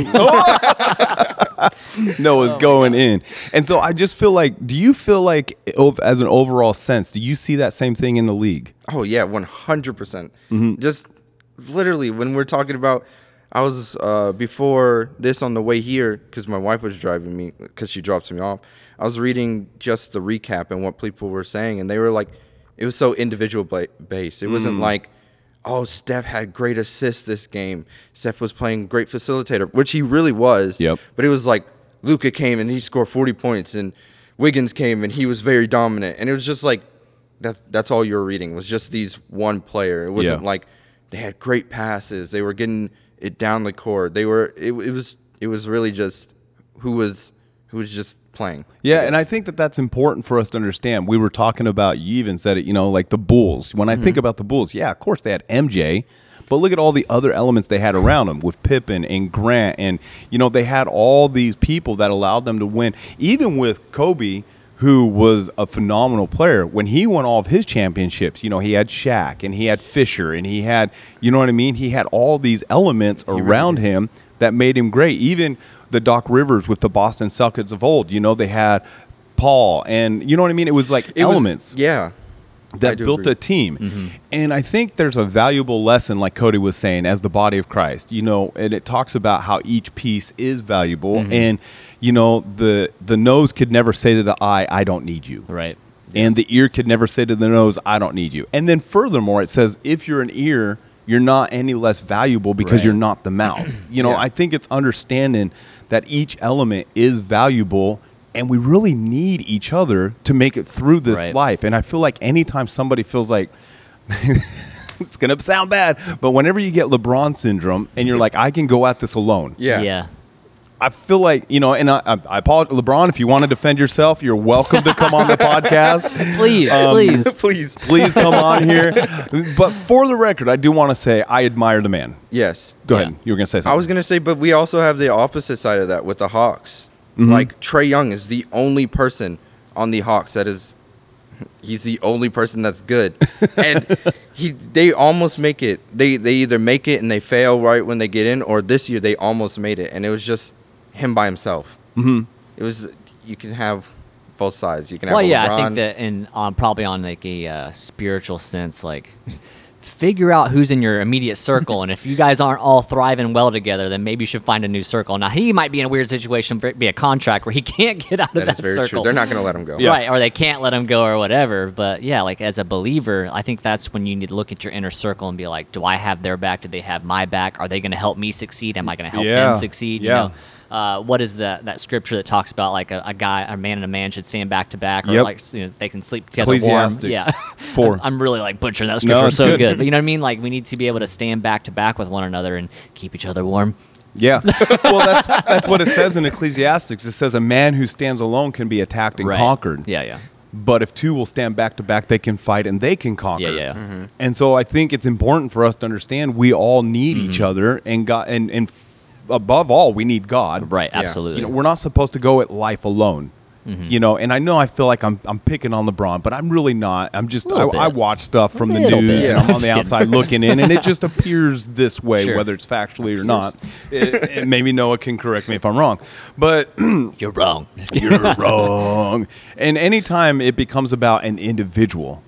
Speaker 2: no
Speaker 3: Oh
Speaker 2: is going in and so i just feel like do you feel like ov- as an overall sense do you see that same thing in the league
Speaker 3: Oh yeah, one hundred percent. Just literally when we're talking about, I was uh, before this on the way here because my wife was driving me because she drops me off. I was reading just the recap and what people were saying, and they were like, it was so individual ba- based. It wasn't like, oh, Steph had great assists this game. Steph was playing great facilitator, which he really was.
Speaker 2: Yep.
Speaker 3: But it was like Luca came and he scored 40 points, and Wiggins came and he was very dominant. And it was just like that. That's all you were reading was just these one player. It wasn't
Speaker 2: Yeah.
Speaker 3: like they had great passes. They were getting it down the court. They were. It, it was. It was really just who was who was just playing.
Speaker 2: Yeah, and I think that that's important for us to understand. We were talking about, you even said it, you know, like the Bulls. When I think about the Bulls, yeah, of course they had MJ, but look at all the other elements they had around them with Pippen and Grant. And, you know, they had all these people that allowed them to win. Even with Kobe, who was a phenomenal player, when he won all of his championships, you know, he had Shaq and he had Fisher and he had, you know what I mean? He had all these elements around him that made him great. Even the Doc Rivers with the Boston Celtics of old. You know, they had Paul, and you know what I mean. It was like
Speaker 3: It was-
Speaker 2: elements
Speaker 3: yeah. I
Speaker 2: that
Speaker 3: do
Speaker 2: built
Speaker 3: agree. Mm-hmm.
Speaker 2: a team. And I think there's a valuable lesson, like Cody was saying, as the body of Christ, you know, and it talks about how each piece is valuable.
Speaker 3: Mm-hmm.
Speaker 2: And, you know, the the nose could never say to the eye, I don't need you.
Speaker 1: right.
Speaker 2: And the ear could never say to the nose, I don't need you. And then furthermore, it says, if you're an ear, you're not any less valuable because
Speaker 1: Right.
Speaker 2: you're not
Speaker 1: (clears throat)
Speaker 2: the mouth. You know,
Speaker 3: Yeah.
Speaker 2: I think it's understanding that each element is valuable and we really need each other to make it through this
Speaker 1: Right.
Speaker 2: life. And I feel like anytime somebody feels like, (laughs) it's going to sound bad, but whenever you get LeBron syndrome and you're like, I can go at this alone,
Speaker 3: Yeah.
Speaker 1: yeah.
Speaker 2: I feel like you know, and I, I, I apologize, LeBron. If you want to defend yourself, you're welcome to come on the podcast.
Speaker 1: (laughs)
Speaker 2: Um,
Speaker 1: Please, please.
Speaker 3: (laughs) Please.
Speaker 2: please come on here.
Speaker 1: (laughs)
Speaker 2: But for the record, I do want to say I admire the man.
Speaker 3: Yes.
Speaker 2: Go
Speaker 1: Yeah.
Speaker 2: ahead. You were gonna say something.
Speaker 3: I was gonna say, but we also have the opposite side of that with the Hawks. Like Trey Young is the only person on the Hawks that is he's the only person that's good. and he they almost make it. They they either make it and they fail right when they get in, or this year they almost made it and it was just him by himself. Mm-hmm. It was you can have both sides. You can have
Speaker 1: Well,
Speaker 3: a
Speaker 1: yeah, I
Speaker 3: LeBron.
Speaker 1: think that, and um, probably on like a uh, spiritual sense, like (laughs) figure out who's in your immediate circle, and if you guys aren't all thriving well together, then maybe you should find a new circle. Now he might be in a weird situation, for it to be a contract where he can't get out of that,
Speaker 3: that is very
Speaker 1: circle.
Speaker 3: true. They're not gonna let him go.
Speaker 2: Yeah.
Speaker 1: Right, or they can't let him go or whatever. But yeah, like as a believer, I think that's when you need to look at your inner circle and be like, do I have their back? Do they have my back? Are they going to help me succeed? Am I going to help
Speaker 2: Yeah,
Speaker 1: them succeed?
Speaker 2: yeah.
Speaker 1: You know, uh, what is the, that scripture that talks about like a, a guy, a man and a man should stand back to back or
Speaker 2: Yep.
Speaker 1: like you know, they can sleep together warm?
Speaker 2: Ecclesiastics (laughs)
Speaker 1: Yeah.
Speaker 2: four.
Speaker 1: I'm really like butchering that scripture
Speaker 2: it's
Speaker 1: so
Speaker 2: good.
Speaker 1: good. But you know what I mean? Like we need to be able to stand back to back with one another and keep each other warm. (laughs)
Speaker 2: Yeah. well, that's that's what it says in Ecclesiastics. It says a man who stands alone can be attacked and
Speaker 1: Right.
Speaker 2: conquered.
Speaker 1: Yeah, yeah.
Speaker 2: But if two will stand back to back, they can fight and they can conquer.
Speaker 1: Yeah, yeah.
Speaker 2: And so I think it's important for us to understand we all need each
Speaker 1: Mm-hmm.
Speaker 2: other and God and and f- above all we need God.
Speaker 1: Right,
Speaker 3: Yeah.
Speaker 1: absolutely. Mm-hmm.
Speaker 2: You know, we're not supposed to go at life alone. You know, and I know I feel like I'm I'm picking on LeBron, but I'm really not. I'm just I,
Speaker 1: Little bit.
Speaker 2: I watch stuff from the
Speaker 1: Little bit.
Speaker 2: news and
Speaker 3: Yeah.
Speaker 1: (laughs)
Speaker 2: I'm on
Speaker 1: Just
Speaker 2: the
Speaker 1: kidding.
Speaker 2: outside looking in, and it just appears this way,
Speaker 1: Sure.
Speaker 2: whether it's factually or not. It- and maybe Noah can correct me if I'm wrong, but
Speaker 1: You're wrong. (laughs) Just kidding.
Speaker 2: (laughs) you're wrong. And anytime it becomes about an individual,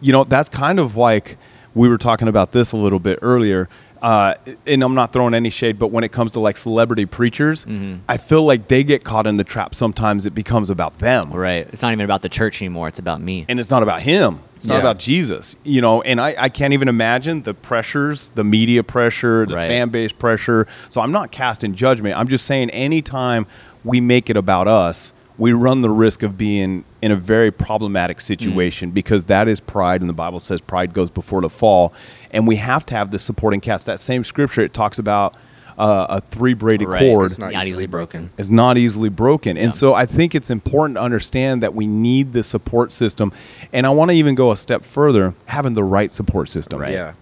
Speaker 2: you know, that's kind of like we were talking about this a little bit earlier. Uh, and I'm not throwing any shade, but when it comes to like celebrity preachers, I feel like they get caught in the trap. Sometimes it becomes about them,
Speaker 1: Right. It's not even about the church anymore. It's about me.
Speaker 2: and it's not about him. It's not
Speaker 3: Yeah.
Speaker 2: about Jesus, you know. And I, I can't even imagine the pressures, the media pressure, the
Speaker 1: Right.
Speaker 2: fan base pressure. So I'm not casting judgment. I'm just saying, anytime we make it about us, we run the risk of being in a very
Speaker 1: Mm.
Speaker 2: problematic situation because that is pride, and the Bible says pride goes before the fall, and we have to have the supporting cast. That same scripture it talks about uh, a three braided
Speaker 1: Right.
Speaker 2: cord
Speaker 3: It's not,
Speaker 1: Not
Speaker 3: easily,
Speaker 1: easily
Speaker 3: broken.
Speaker 2: is not easily broken. And so I think it's important to understand that we need the support system. And I want to even go a step further, having the right support system.
Speaker 3: Yeah.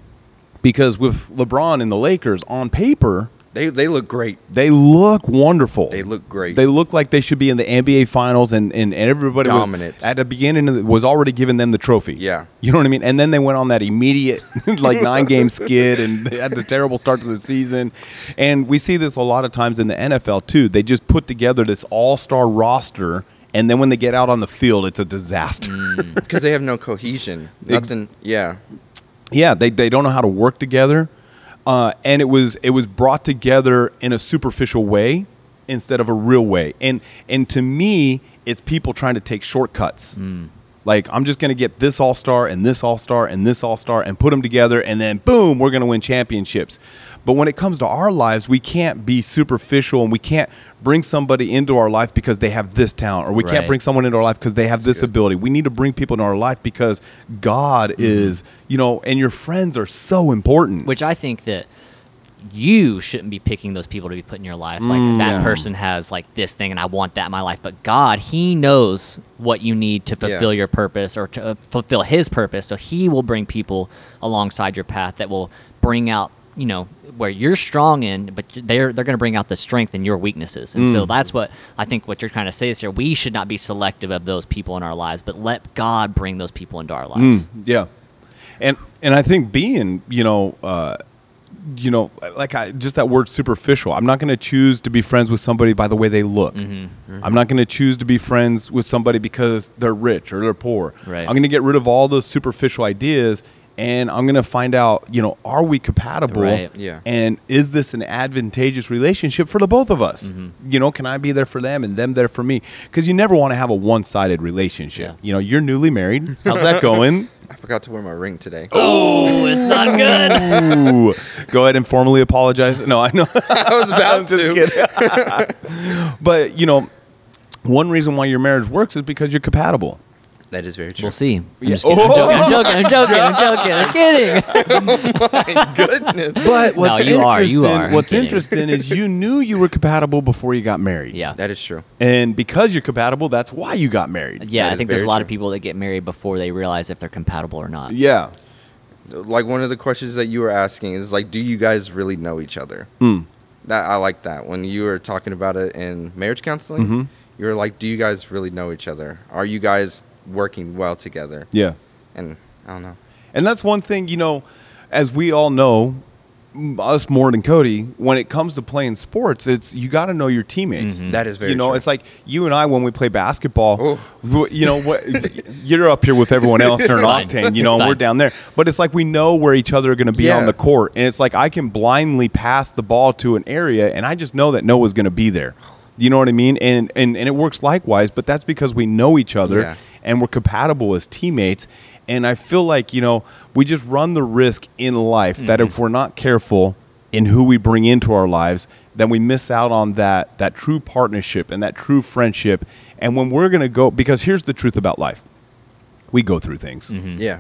Speaker 2: Because with LeBron and the Lakers on paper,
Speaker 3: They they look great.
Speaker 2: they look wonderful.
Speaker 3: They look great.
Speaker 2: They look like they should be in the NBA finals and, and everybody was-
Speaker 3: Dominant.
Speaker 2: at the beginning of the- was already giving them the trophy.
Speaker 3: Yeah.
Speaker 2: You know what I mean? And then they went on that
Speaker 3: (laughs)
Speaker 2: immediate (laughs) like nine game skid and they had the terrible start to the season. And we see this a lot of times in the NFL too. They just put together this all star roster and then when they get out on the field it's a disaster.
Speaker 3: Mm. because they have no cohesion. Nothing. Yeah,
Speaker 2: Yeah, they, they don't know how to work together, uh, and it was it was brought together in a superficial way instead of a real way. And and to me, it's people trying to take shortcuts. Like I'm just gonna get this all star and this all star and this all star and put them together, and then boom, we're gonna win championships. But when it comes to our lives, we can't be superficial, and we can't bring somebody into our life because they have this talent, or we can't
Speaker 1: Right.
Speaker 2: bring someone into our life because they have this ability. We need to bring people into our life because God is, you know, and your friends are so important.
Speaker 1: which I think that you shouldn't be picking those people to be put in your life. Like that person has like this thing, and I want that in my life. But God, He knows what you need to fulfill your purpose or to uh, fulfill His purpose. So He will bring people alongside your path that will bring out you know where you're strong in, but they're they're going to bring out the strength in your weaknesses. And so that's what I think what you're trying to say is here. We should not be selective of those people in our lives, but let God bring those people into our lives.
Speaker 2: yeah, and and I think being, you know, uh, you know, like I just that word superficial. I'm not going to choose to be friends with somebody by the way they look.
Speaker 1: Mm-hmm.
Speaker 2: I'm not going to choose to be friends with somebody because they're rich or they're poor.
Speaker 1: Right.
Speaker 2: I'm going to get rid of all those superficial ideas. And I'm gonna find out, you know, are we compatible?
Speaker 1: Right.
Speaker 3: Yeah.
Speaker 2: And is this an advantageous relationship for the both of us? You know, can I be there for them and them there for me? Because you never want to have a one-sided relationship.
Speaker 1: Yeah.
Speaker 2: You know, you're newly married. (laughs) How's that going?
Speaker 3: I forgot to wear my ring today.
Speaker 1: Oh, it's not good.
Speaker 2: Ooh. Go ahead and formally apologize. No, I know.
Speaker 3: (laughs)
Speaker 2: (laughs)
Speaker 3: I was about to.
Speaker 2: but you know, one reason why your marriage works is because you're compatible.
Speaker 3: That is very true.
Speaker 1: We'll see. I'm
Speaker 2: Yeah.
Speaker 1: just kidding. I'm joking.
Speaker 3: Oh!
Speaker 1: I'm joking. I'm joking. I'm joking. I'm kidding.
Speaker 3: (laughs) (laughs) My goodness.
Speaker 2: (laughs) But what's
Speaker 1: you are, you
Speaker 2: interesting,
Speaker 1: are.
Speaker 2: what's
Speaker 1: Kidding.
Speaker 2: interesting is (laughs) you knew you were compatible before you got married.
Speaker 1: Yeah.
Speaker 3: that is true.
Speaker 2: And because you're compatible, that's why you got married.
Speaker 1: Yeah,
Speaker 3: That
Speaker 1: I
Speaker 3: is
Speaker 1: think there's a
Speaker 3: very
Speaker 1: lot of
Speaker 3: true.
Speaker 1: people that get married before they realize if they're compatible or not.
Speaker 2: Yeah.
Speaker 3: Like one of the questions that you were asking is like, do you guys really know each other?
Speaker 2: Hmm.
Speaker 3: That I like that when you were talking about it in marriage counseling.
Speaker 2: Mm-hmm.
Speaker 3: You were like, do you guys really know each other? Are you guys working well together?
Speaker 2: Yeah.
Speaker 3: And I don't know.
Speaker 2: And that's one thing, you know, as we all know, m- us more than Cody, when it comes to playing sports, it's you got to know your teammates.
Speaker 3: Mm-hmm. That is very.
Speaker 2: you know,
Speaker 3: true.
Speaker 2: it's like you and I when we play basketball.
Speaker 3: Oh.
Speaker 2: w You know
Speaker 3: (laughs)
Speaker 2: what? You're up here with everyone else during
Speaker 1: fine.
Speaker 2: octane. You
Speaker 1: It's
Speaker 2: know, and we're
Speaker 1: fine.
Speaker 2: down there, but it's like we know where each other are going to be on
Speaker 3: Yeah.
Speaker 2: the court, and it's like I can blindly pass the ball to an area, and I just know that Noah's going to be there. You know what I mean? And and and it works likewise, but that's because we know each other
Speaker 3: Yeah.
Speaker 2: and we're compatible as teammates. And I feel like you know we just run the risk in life that if we're not careful in who we bring into our lives, then we miss out on that that true partnership and that true friendship. And when we're gonna go, because here's the truth about life, we go through things.
Speaker 3: yeah,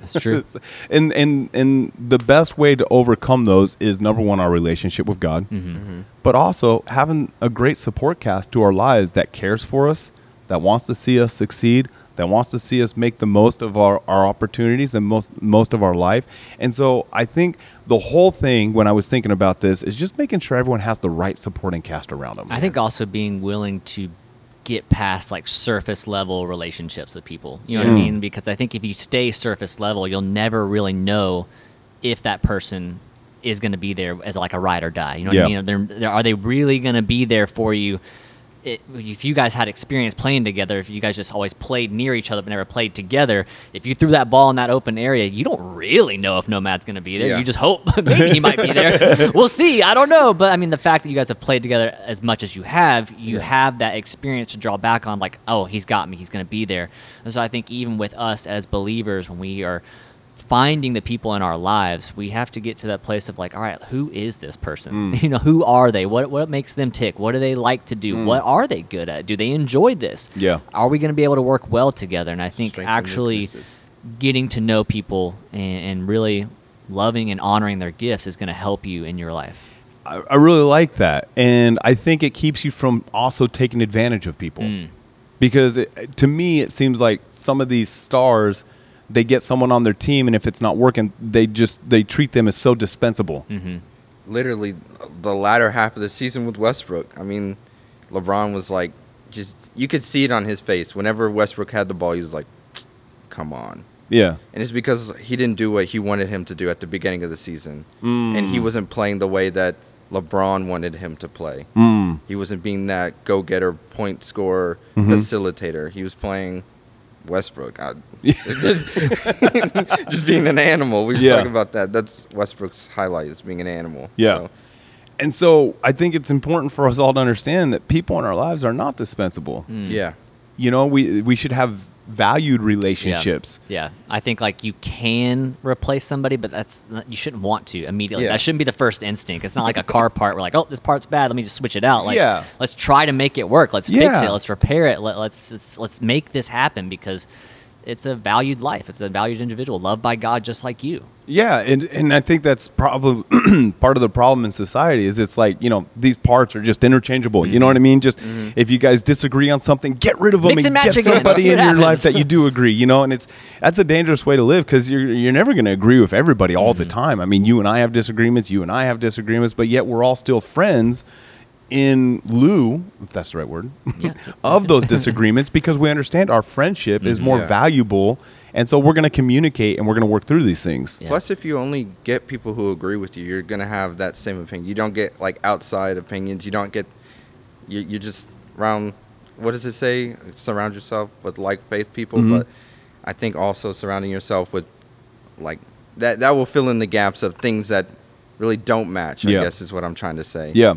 Speaker 1: That's true.
Speaker 2: It's- (laughs) and and and the best way to overcome those is number one our relationship with God,
Speaker 1: Mm-hmm.
Speaker 2: but also having a great support cast to our lives that cares for us, that wants to see us succeed, that wants to see us make the most of our, our opportunities and most most of our life. And so I think the whole thing when I was thinking about this is just making sure everyone has the right supporting cast around them.
Speaker 1: I think also being willing to get past like surface level relationships with people. You know what I mean? Because I think if you stay surface level, you'll never really know if that person is going to be there as like a ride or die. You know what
Speaker 2: Yeah.
Speaker 1: I mean? They're, they're, are they really going to be there for you? It, if you guys had experience playing together, if you guys just always played near each other but never played together, if you threw that ball in that open area, you don't really know if Nomad's going to be there.
Speaker 3: Yeah.
Speaker 1: You just hope (laughs) maybe he might be there. we'll see. I don't know, but I mean, the fact that you guys have played together as much as you have, you have that experience to draw back on. Like, oh, he's got me. He's going to be there. And so I think even with us as believers, when we are finding the people in our lives, we have to get to that place of like, all right, who is this person? (laughs) You know, who are they? What what makes them tick? What do they like to do? What are they good at? Do they enjoy this?
Speaker 2: Yeah.
Speaker 1: Are we going to be able to work well together? And I think
Speaker 3: Strengths and
Speaker 1: actually
Speaker 3: weaknesses.
Speaker 1: getting to know people and, and really loving and honoring their gifts is going to help you in your life.
Speaker 2: I, I really like that, and I think it keeps you from also taking advantage of people, because it, to me it seems like some of these stars, they get someone on their team, and if it's not working, they just they treat them as so dispensable.
Speaker 3: literally the latter half of the season with Westbrook. I mean, LeBron was like, just you could see it on his face whenever Westbrook had the ball. He was like, "Come on."
Speaker 2: Yeah,
Speaker 3: And it's because he didn't do what he wanted him to do at the beginning of the season. And
Speaker 2: Mm.
Speaker 3: he wasn't playing the way that LeBron wanted him to play.
Speaker 2: Mm.
Speaker 3: He wasn't being that go getter, point scorer,
Speaker 2: Mm-hmm.
Speaker 3: facilitator. He was playing Westbrook.
Speaker 2: (laughs)
Speaker 3: I, (laughs) just being an animal. We were
Speaker 2: Yeah.
Speaker 3: talking about that. That's Westbrook's highlight is being an animal.
Speaker 2: Yeah.
Speaker 3: So,
Speaker 2: and so I think it's important for us all to understand that people in our lives are not dispensable.
Speaker 3: yeah.
Speaker 2: You know, we we should have valued relationships.
Speaker 1: Yeah. I think like you can replace somebody, but that's you shouldn't want to immediately.
Speaker 3: Yeah.
Speaker 1: That shouldn't be the first instinct. It's not
Speaker 2: (laughs)
Speaker 1: like a car part where like, oh, this part's bad. Let me just switch it out. Like,
Speaker 2: Yeah.
Speaker 1: let's try to make it work. Let's fix
Speaker 2: Yeah.
Speaker 1: it. Let's repair it. Let, let's, let's let's make this happen because it's a valued life. It's a valued individual, loved by God, just like you.
Speaker 2: Yeah, and and I think that's probably (clears throat) part of the problem in society is it's like you know these parts are just interchangeable. You know what I mean? Just if you guys disagree on something, get rid of them
Speaker 1: Mm-hmm. Mix
Speaker 2: and
Speaker 1: and
Speaker 2: get
Speaker 1: match again.
Speaker 2: somebody
Speaker 1: See
Speaker 2: in
Speaker 1: what
Speaker 2: your life
Speaker 1: happens.
Speaker 2: that you do agree. You know, and it's that's a dangerous way to live because you're you're never going to agree with everybody all
Speaker 1: Mm-hmm.
Speaker 2: the time. I mean, you and I have disagreements. You and I have disagreements, but yet we're all still friends. In lieu, if that's the right
Speaker 1: (laughs)
Speaker 2: word, (laughs) of those disagreements, because we understand our friendship
Speaker 1: Mm-hmm.
Speaker 2: is more
Speaker 3: Yeah.
Speaker 2: valuable, and so we're going to communicate and we're going to work through these things.
Speaker 1: Yeah.
Speaker 3: Plus, if you only get people who agree with you, you're gonna have that same opinion. You don't get like outside opinions. You don't get. You you just round. What does it say? Surround yourself with like faith people,
Speaker 2: Mm-hmm.
Speaker 3: but I think also surrounding yourself with like that that will fill in the gaps of things that really don't match. I
Speaker 2: Yeah.
Speaker 3: guess is what I'm trying to say.
Speaker 2: Yeah.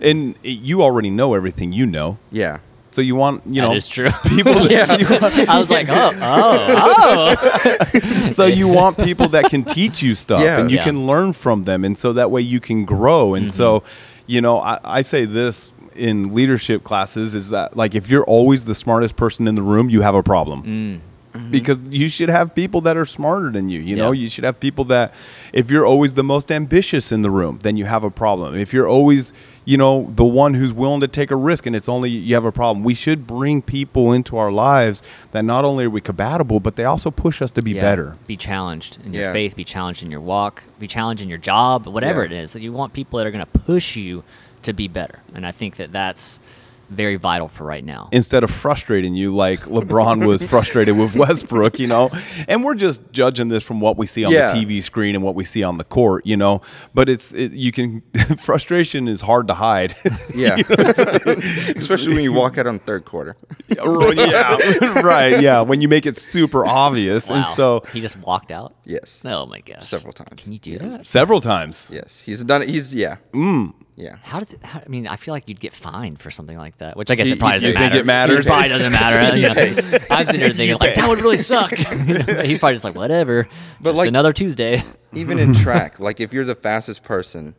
Speaker 2: And you already know everything you know. (laughs)
Speaker 3: Yeah.
Speaker 2: So you want, you know,
Speaker 1: that is true. (laughs)
Speaker 2: people that- (laughs) you want-
Speaker 1: I was like, oh, oh, oh.
Speaker 2: so you want people that can teach you stuff
Speaker 3: Yeah.
Speaker 2: and you
Speaker 1: Yeah.
Speaker 2: can learn from them and so that way you can grow. And so, you know, I, I say this in leadership classes is that like if you're always the smartest person in the room, you have a problem. Because you should have people that are smarter than you. You know,
Speaker 1: Yeah.
Speaker 2: you should have people that, if you're always the most ambitious in the room, then you have a problem. If you're always, you know, the one who's willing to take a risk and it's only you have a problem, we should bring people into our lives that not only are we compatible, but they also push us to be
Speaker 1: Yeah.
Speaker 2: better.
Speaker 1: Be challenged in your
Speaker 3: Yeah.
Speaker 1: faith, be challenged in your walk, be challenged in your job, whatever
Speaker 3: Yeah.
Speaker 1: it is. You want people that are going to push you to be better. And I think that that's very vital for right now.
Speaker 2: instead of frustrating you like LeBron was frustrated with Westbrook, you know. And we're just judging this from what we see on
Speaker 3: Yeah.
Speaker 2: the TV screen and what we see on the court, you know. But it's it, you can (laughs) frustration is hard to hide. (laughs)
Speaker 3: Yeah. Especially when you walk out on third quarter.
Speaker 2: yeah, (laughs) right. Yeah, when you make it super obvious, and
Speaker 1: Wow.
Speaker 2: so
Speaker 1: he just walked out.
Speaker 3: Yes.
Speaker 1: Oh my gosh.
Speaker 3: Several times.
Speaker 1: Can you do that?
Speaker 2: several times.
Speaker 3: Yes. He's done it. He's, yeah. Mm. Yeah.
Speaker 1: How does it? How, I mean, I feel like you'd get fined for something like that, which I guess
Speaker 2: You-
Speaker 1: it probably
Speaker 2: you
Speaker 1: doesn't
Speaker 2: think
Speaker 1: matter.
Speaker 2: it matters?
Speaker 1: probably doesn't
Speaker 2: (laughs)
Speaker 1: matter. you know. I'm sitting here thinking like that would really suck. (laughs) You know, He's probably just like whatever.
Speaker 3: But
Speaker 1: just
Speaker 3: like-
Speaker 1: another Tuesday. (laughs)
Speaker 3: Even in track, like if you're the fastest person,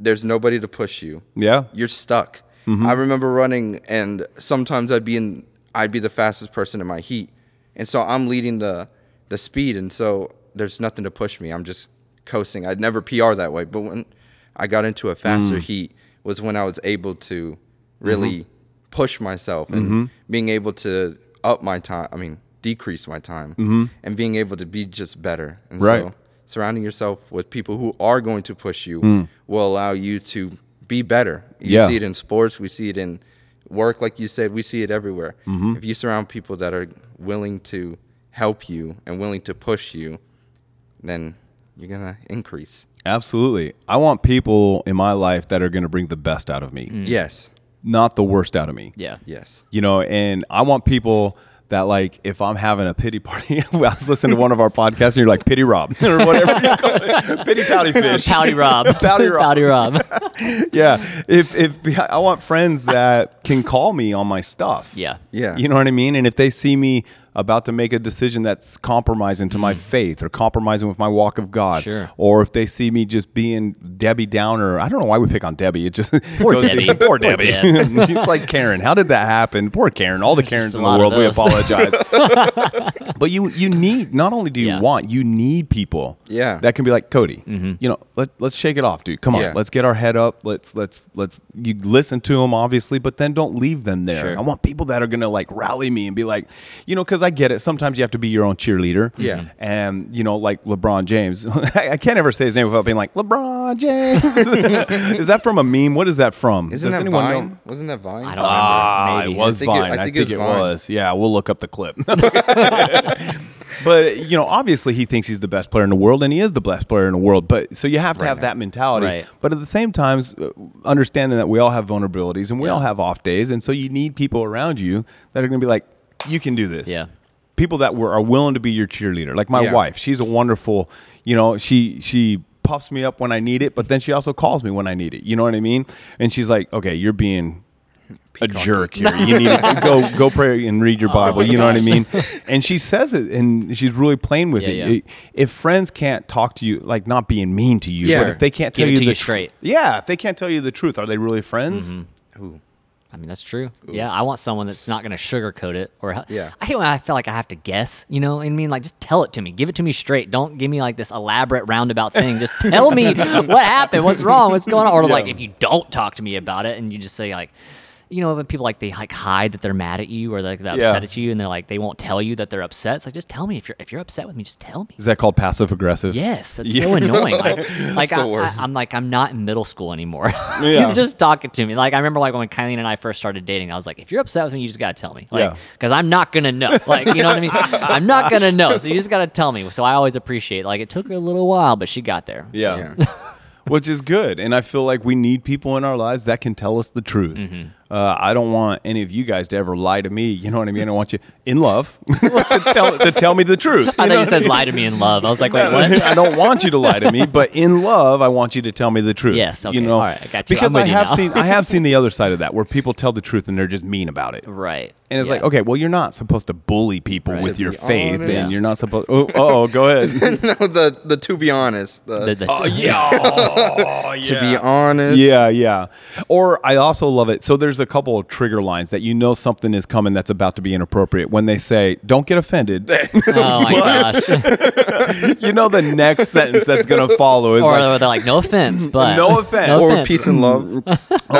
Speaker 3: there's nobody to push you.
Speaker 2: Yeah.
Speaker 3: You're stuck. I remember running, and sometimes I'd be in, I'd be the fastest person in my heat, and so I'm leading the, the speed, and so there's nothing to push me. I'm just coasting. I'd never PR that way, but when I got into a faster heat was when I was able to really push myself and being able to up my time. I mean, decrease my time and being able to be just better. And
Speaker 2: Right.
Speaker 3: So, surrounding yourself with people who are going to push you will allow you to be better. You
Speaker 2: Hmm. Yeah.
Speaker 3: see it in sports, we see it in work, like you said, we see it everywhere.
Speaker 2: Mm-hmm.
Speaker 3: If you surround people that are willing to help you and willing to push you, then you're gonna increase.
Speaker 2: Absolutely. I want people in my life that are going to bring the best out of me,
Speaker 3: Yes,
Speaker 2: not the worst out of me.
Speaker 1: Yeah.
Speaker 3: yes,
Speaker 2: you know and i want people that like if i'm having a pity party (laughs) i was listening to one of our podcasts and you're like pity rob (laughs) or whatever you call it pity
Speaker 1: (laughs)
Speaker 2: pouty fish (laughs)
Speaker 1: Pouty Rob.
Speaker 2: Pouty Rob.
Speaker 1: Pouty Rob.
Speaker 2: yeah if if i want friends that can call me on my stuff (laughs)
Speaker 1: Yeah.
Speaker 3: Yeah.
Speaker 2: you know what i mean and if they see me about to make a decision that's compromising to my faith or compromising with my walk of god
Speaker 1: Mm. Sure.
Speaker 2: or if they see me just being debbie downer i don't know why we pick on debbie it just
Speaker 1: Poor
Speaker 2: (laughs) goes to-
Speaker 1: Debbie.
Speaker 2: poor debbie (laughs)
Speaker 1: Deb.
Speaker 2: it's like Karen. How did that happen? Poor Karen. All the Karens
Speaker 1: just a
Speaker 2: in the
Speaker 1: lot of
Speaker 2: world. We
Speaker 1: those.
Speaker 2: apologize.
Speaker 1: (laughs)
Speaker 2: but you you need not only do you
Speaker 1: Yeah. Mm-hmm.
Speaker 2: want you need people.
Speaker 3: Yeah.
Speaker 2: That can be like Cody. You know, let let's shake it off, dude. Come on,
Speaker 3: Yeah.
Speaker 2: let's get our head up. Let's let's let's you listen to them obviously, but then don't leave them there.
Speaker 1: Sure.
Speaker 2: I want people that are gonna like rally me and be like, you know, because I get it. Sometimes you have to be your own cheerleader.
Speaker 3: Yeah. Mhm.
Speaker 2: And you know, like LeBron James, (laughs) I, I can't ever say his name without being like LeBron James. (laughs) is that from a meme? What is that from?
Speaker 3: isn't
Speaker 2: Does
Speaker 3: that
Speaker 2: anyone know?
Speaker 3: Vine? Wasn't that Vine?
Speaker 1: I don't
Speaker 2: Ah,
Speaker 1: remember. Maybe.
Speaker 2: it was
Speaker 3: think it-
Speaker 2: Vine. I think, it,
Speaker 3: was Vine.
Speaker 2: was. Yeah, we'll look up the clip. (laughs) but you know, obviously, he thinks he's the best player in the world, and he is the best player in the world. But so you have to have that mentality.
Speaker 1: Right.
Speaker 2: But at the same time, uh, understanding that we all have vulnerabilities and we
Speaker 1: Yeah.
Speaker 2: all have off days, and so you need people around you that are going to be like, "You can do this."
Speaker 1: Yeah.
Speaker 2: People that were are willing to be your cheerleader, like my
Speaker 3: Yeah.
Speaker 2: wife. She's a wonderful. You know, she she puffs me up when I need it, but then she also calls me when I need it. You know what I mean? And she's like, "Okay, you're being a
Speaker 1: (laughs)
Speaker 2: jerk here. You need to go go pray and read your Bible.
Speaker 1: Oh my
Speaker 2: you know what I
Speaker 1: gosh. (laughs)
Speaker 2: mean? And she says it, and she's really plain with
Speaker 1: Yeah,
Speaker 2: it.
Speaker 1: yeah.
Speaker 2: If friends can't talk to you, like not being mean to you,
Speaker 3: Yeah.
Speaker 2: but if they can't
Speaker 1: Give
Speaker 2: tell
Speaker 1: it
Speaker 2: you
Speaker 1: to
Speaker 2: the
Speaker 1: you
Speaker 2: tr-
Speaker 1: straight. Mm-hmm.
Speaker 2: yeah, if they can't tell you the truth, are they really friends?
Speaker 1: I mean, that's true. Yeah, I want someone that's not going to sugarcoat it or.
Speaker 3: Yeah.
Speaker 1: I hate when I feel like I have to guess. You know, what I mean, like just tell it to me. Give it to me straight. Don't give me like this elaborate roundabout thing.
Speaker 2: (laughs)
Speaker 1: Just tell me what happened. What's wrong? What's going on? Or like
Speaker 2: Yeah.
Speaker 1: if you don't talk to me about it and you just say like. You know, when people like they like hide that they're mad at you or like they're
Speaker 2: Yeah.
Speaker 1: upset at you, and they're like they won't tell you that they're upset. It's like just tell me if you're if you're upset with me, just tell me.
Speaker 2: Is that called passive aggressive?
Speaker 1: Yes, that's so annoying.
Speaker 2: (laughs)
Speaker 1: Like, like
Speaker 3: the
Speaker 1: I,
Speaker 3: worst.
Speaker 1: I, am like, I'm not in middle school anymore. (laughs)
Speaker 2: Yeah.
Speaker 1: you just talk it to me. Like, I remember like when Kylie and I first started dating, I was like, if you're upset with me, you just gotta tell me. Like,
Speaker 2: Yeah.
Speaker 1: because I'm not gonna
Speaker 2: (laughs)
Speaker 1: know. Like, you know what I mean? I'm not gonna know. So you just gotta tell me. So I always appreciate. Like, it took her a little while, but she got there.
Speaker 2: (laughs) Ah.
Speaker 1: Mm-hmm.
Speaker 2: Yeah. Which is good. And I feel like we need people in our lives that can tell us the truth Uh, I don't want any of you guys to ever lie to me. You know what I mean? I want you in love (laughs) to, tell, to tell me the truth.
Speaker 1: I
Speaker 2: know
Speaker 1: thought you
Speaker 2: what
Speaker 1: said
Speaker 2: mean?
Speaker 1: lie to me in love. I was like, wait,
Speaker 2: (laughs)
Speaker 1: what?
Speaker 2: I don't want you to lie to me, but in love, I want you to tell me the truth.
Speaker 1: Yes, okay,
Speaker 2: You know,
Speaker 1: all right, I got you.
Speaker 2: Because
Speaker 1: I'm
Speaker 2: I
Speaker 1: with you
Speaker 2: have
Speaker 1: now.
Speaker 2: seen I have seen the other side of that where people tell the truth and they're just mean about it.
Speaker 1: Right.
Speaker 2: And it's like,
Speaker 1: Yeah.
Speaker 2: okay, well, you're not supposed to bully people with
Speaker 3: To
Speaker 2: your
Speaker 3: be
Speaker 2: faith, and
Speaker 3: honest.
Speaker 2: you're not supposed. Oh, oh, go
Speaker 3: (laughs)
Speaker 2: ahead.
Speaker 3: (laughs) no, the the to be honest, the,
Speaker 1: The- the-
Speaker 2: (laughs) yeah.
Speaker 3: Oh, to be honest,
Speaker 2: Yeah, yeah. Or I also love it. So there's a couple of trigger lines that you know something is coming that's about to be inappropriate. When they say, "Don't get offended," (laughs)
Speaker 1: oh my gosh. (laughs)
Speaker 2: you know the next sentence that's going to follow is
Speaker 1: Or
Speaker 2: like,
Speaker 1: they're like, no offense, but
Speaker 2: No offense.
Speaker 1: no
Speaker 2: Or
Speaker 3: or
Speaker 1: offense.
Speaker 3: peace and love.
Speaker 2: "Oh,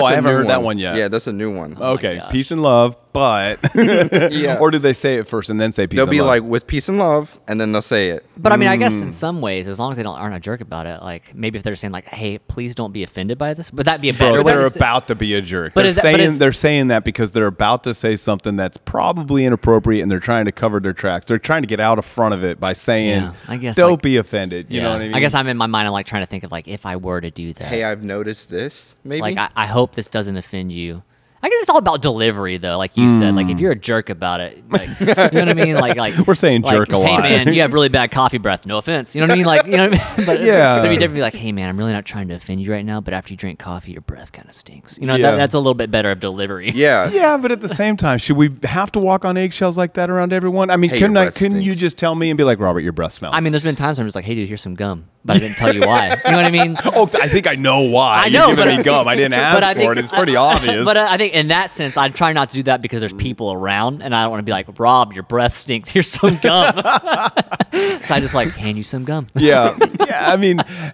Speaker 2: I
Speaker 3: a
Speaker 2: haven't
Speaker 3: new
Speaker 2: heard that one yet."
Speaker 3: Yeah, that's a new one.
Speaker 2: okay,
Speaker 1: Oh gosh.
Speaker 2: peace and love, but
Speaker 3: (laughs) yeah,
Speaker 2: or do they say it first and then say peace?
Speaker 3: they'll
Speaker 2: and
Speaker 3: be
Speaker 2: love?
Speaker 3: like with peace and love, and then they'll say it.
Speaker 1: But I mean, I guess
Speaker 2: Hmm.
Speaker 1: in some ways, as long as they don't aren't a jerk about it, like maybe if they're saying like, "Hey, please don't be offended by this," but that'd be a better
Speaker 2: Bro,
Speaker 1: way.
Speaker 2: they're
Speaker 1: to say-
Speaker 2: about to be a jerk.
Speaker 1: But
Speaker 2: they're
Speaker 1: is that- but
Speaker 2: saying
Speaker 1: is-
Speaker 2: they're saying that because they're about to say something that's probably inappropriate, and they're trying to cover their tracks. They're trying to get out of front of it by saying,
Speaker 1: Yeah, I guess,
Speaker 2: don't
Speaker 1: like-
Speaker 2: be offended." You
Speaker 1: yeah.
Speaker 2: know what I mean?
Speaker 1: guess I'm in my mind. I'm like trying to think of like if I were to do that.
Speaker 3: Hey, I've noticed this. Maybe
Speaker 1: like I, I hope this doesn't offend you. I guess it's all about delivery though. Like you said, like if you're a jerk about it, like, you know what I
Speaker 2: (laughs)
Speaker 1: mean. Like like
Speaker 2: Hmm. We're saying
Speaker 1: like,
Speaker 2: jerk a lot.
Speaker 1: Hey man, you have really bad coffee breath. No offense. You know what I mean? Like you know what I mean? (laughs) But
Speaker 2: Yeah.
Speaker 1: it'd be different. to Be like, hey man, I'm really not trying to offend you right now, but after you drink coffee, your breath kind of stinks. You know
Speaker 2: Yeah.
Speaker 1: that, that's a little bit better of delivery.
Speaker 3: yeah,
Speaker 2: Yeah, but at the same time, should we have to walk on eggshells like that around everyone? I mean,
Speaker 3: Hey,
Speaker 2: couldn't
Speaker 3: your
Speaker 2: I,
Speaker 3: breath
Speaker 2: couldn't you
Speaker 3: stinks.
Speaker 2: just tell me and be like, Robert, your breath smells?
Speaker 1: I mean, there's been times I'm just like, hey, dude, here's some gum, but I didn't tell you why. You know what I
Speaker 2: (laughs)
Speaker 1: mean?
Speaker 2: oh, I think I know why.
Speaker 1: I
Speaker 2: You're
Speaker 1: know, (laughs)
Speaker 2: giving
Speaker 1: but-
Speaker 2: me gum. I didn't ask
Speaker 1: I
Speaker 2: for
Speaker 1: think-
Speaker 2: it. It's pretty obvious.
Speaker 1: But uh, I I think in that sense, I try not to do that because
Speaker 2: Mm.
Speaker 1: there's people around, and I don't want to be like, Rob, your breath stinks. Here's some
Speaker 2: (laughs)
Speaker 1: gum. (laughs) so I just like hand you some gum. Is (laughs)
Speaker 2: yeah, yeah. I mean, I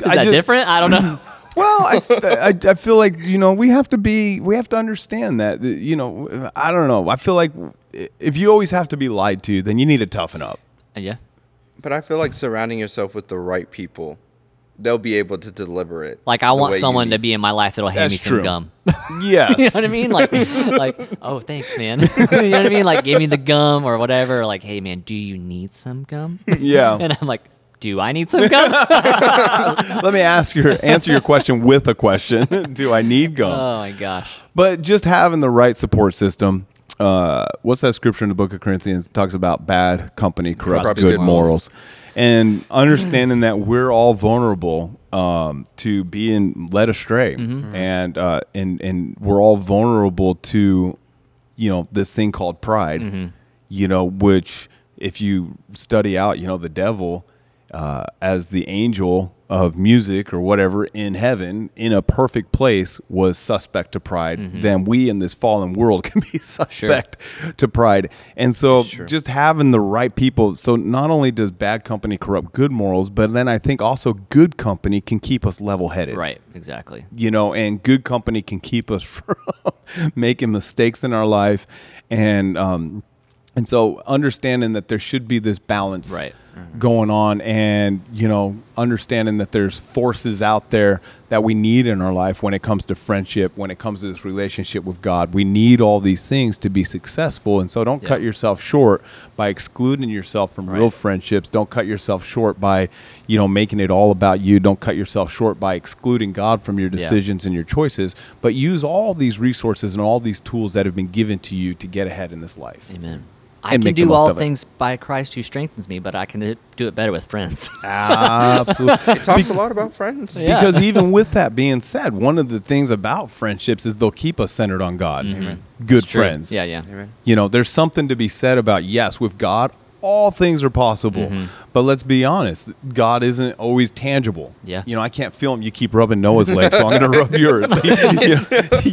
Speaker 1: that
Speaker 2: just-
Speaker 1: different? I don't
Speaker 2: (laughs)
Speaker 1: know.
Speaker 2: Well,
Speaker 1: (laughs)
Speaker 2: I, I, I feel like you know we have to be we have to understand that you know I don't know I feel like if you always have to be lied to, then you need to toughen up.
Speaker 1: Uh, yeah.
Speaker 3: but I feel like surrounding yourself with the right people, they'll be able to deliver it.
Speaker 1: Like I
Speaker 3: the
Speaker 1: want
Speaker 3: way you
Speaker 1: someone to
Speaker 3: need.
Speaker 1: be in my life that'll hand
Speaker 2: That's
Speaker 1: me some
Speaker 2: true.
Speaker 1: gum. (laughs)
Speaker 2: Yes.
Speaker 1: (laughs) you know what I mean?
Speaker 2: (laughs)
Speaker 1: Like, like, oh, thanks, man. (laughs) you know what I mean? Like, give me the gum or whatever. Like, hey, man, do you need some gum?
Speaker 2: Yeah.
Speaker 1: (laughs) and I'm like, do I need some gum?
Speaker 2: (laughs) Let me ask your answer your question with a question. (laughs) Do I need gum?
Speaker 1: oh my gosh.
Speaker 2: But just having the right support system. Uh, what's that scripture in the book of Corinthians that talks about bad company corrupts,
Speaker 3: Corrupts
Speaker 2: good
Speaker 3: good
Speaker 2: morals? And understanding that we're all vulnerable um, to being led astray, and uh, and and we're all vulnerable to, you know, this thing called pride. You know, which if you study out, you know, the devil uh, as the angel of music or whatever in heaven in a perfect place was suspect to pride, then we in this fallen world (laughs) can be suspect (laughs) to pride. And so just having the right people. So not only does bad company corrupt good morals, but then I think also good company can keep us level headed
Speaker 1: Right. Exactly.
Speaker 2: you know, and good company can keep us (laughs) from making mistakes in our life, and um, and so understanding that there should be this balance
Speaker 1: Right.
Speaker 2: Mm-hmm. going on, and you know, understanding that there's forces out there that we need in our life when it comes to friendship, when it comes to this relationship with God, we need all these things to be successful, and so don't cut yourself short by excluding yourself from real friendships. Don't cut yourself short by, you know, making it all about you. Don't cut yourself short by excluding God from your decisions and your choices, but use all these resources and all these tools that have been given to you to get ahead in this life.
Speaker 1: Amen. I
Speaker 2: And
Speaker 1: can
Speaker 2: make the
Speaker 1: do
Speaker 2: most
Speaker 1: all
Speaker 2: of it.
Speaker 1: things by Christ who strengthens me, but I can do it better with
Speaker 3: (laughs)
Speaker 1: friends.
Speaker 2: Absolutely.
Speaker 3: It talks a lot about friends.
Speaker 1: Yeah.
Speaker 2: Because even with that being said, one of the things about friendships is they'll keep us centered on God. Good
Speaker 1: Mm-hmm. True.
Speaker 2: friends.
Speaker 1: Yeah, yeah.
Speaker 3: Amen.
Speaker 2: You know, there's something to be said about yes, with God, all things are possible. But let's be honest, God isn't always tangible.
Speaker 1: Yeah.
Speaker 2: You know, I can't film. You keep rubbing Noah's leg, so I'm going to rub yours. (laughs) you, know,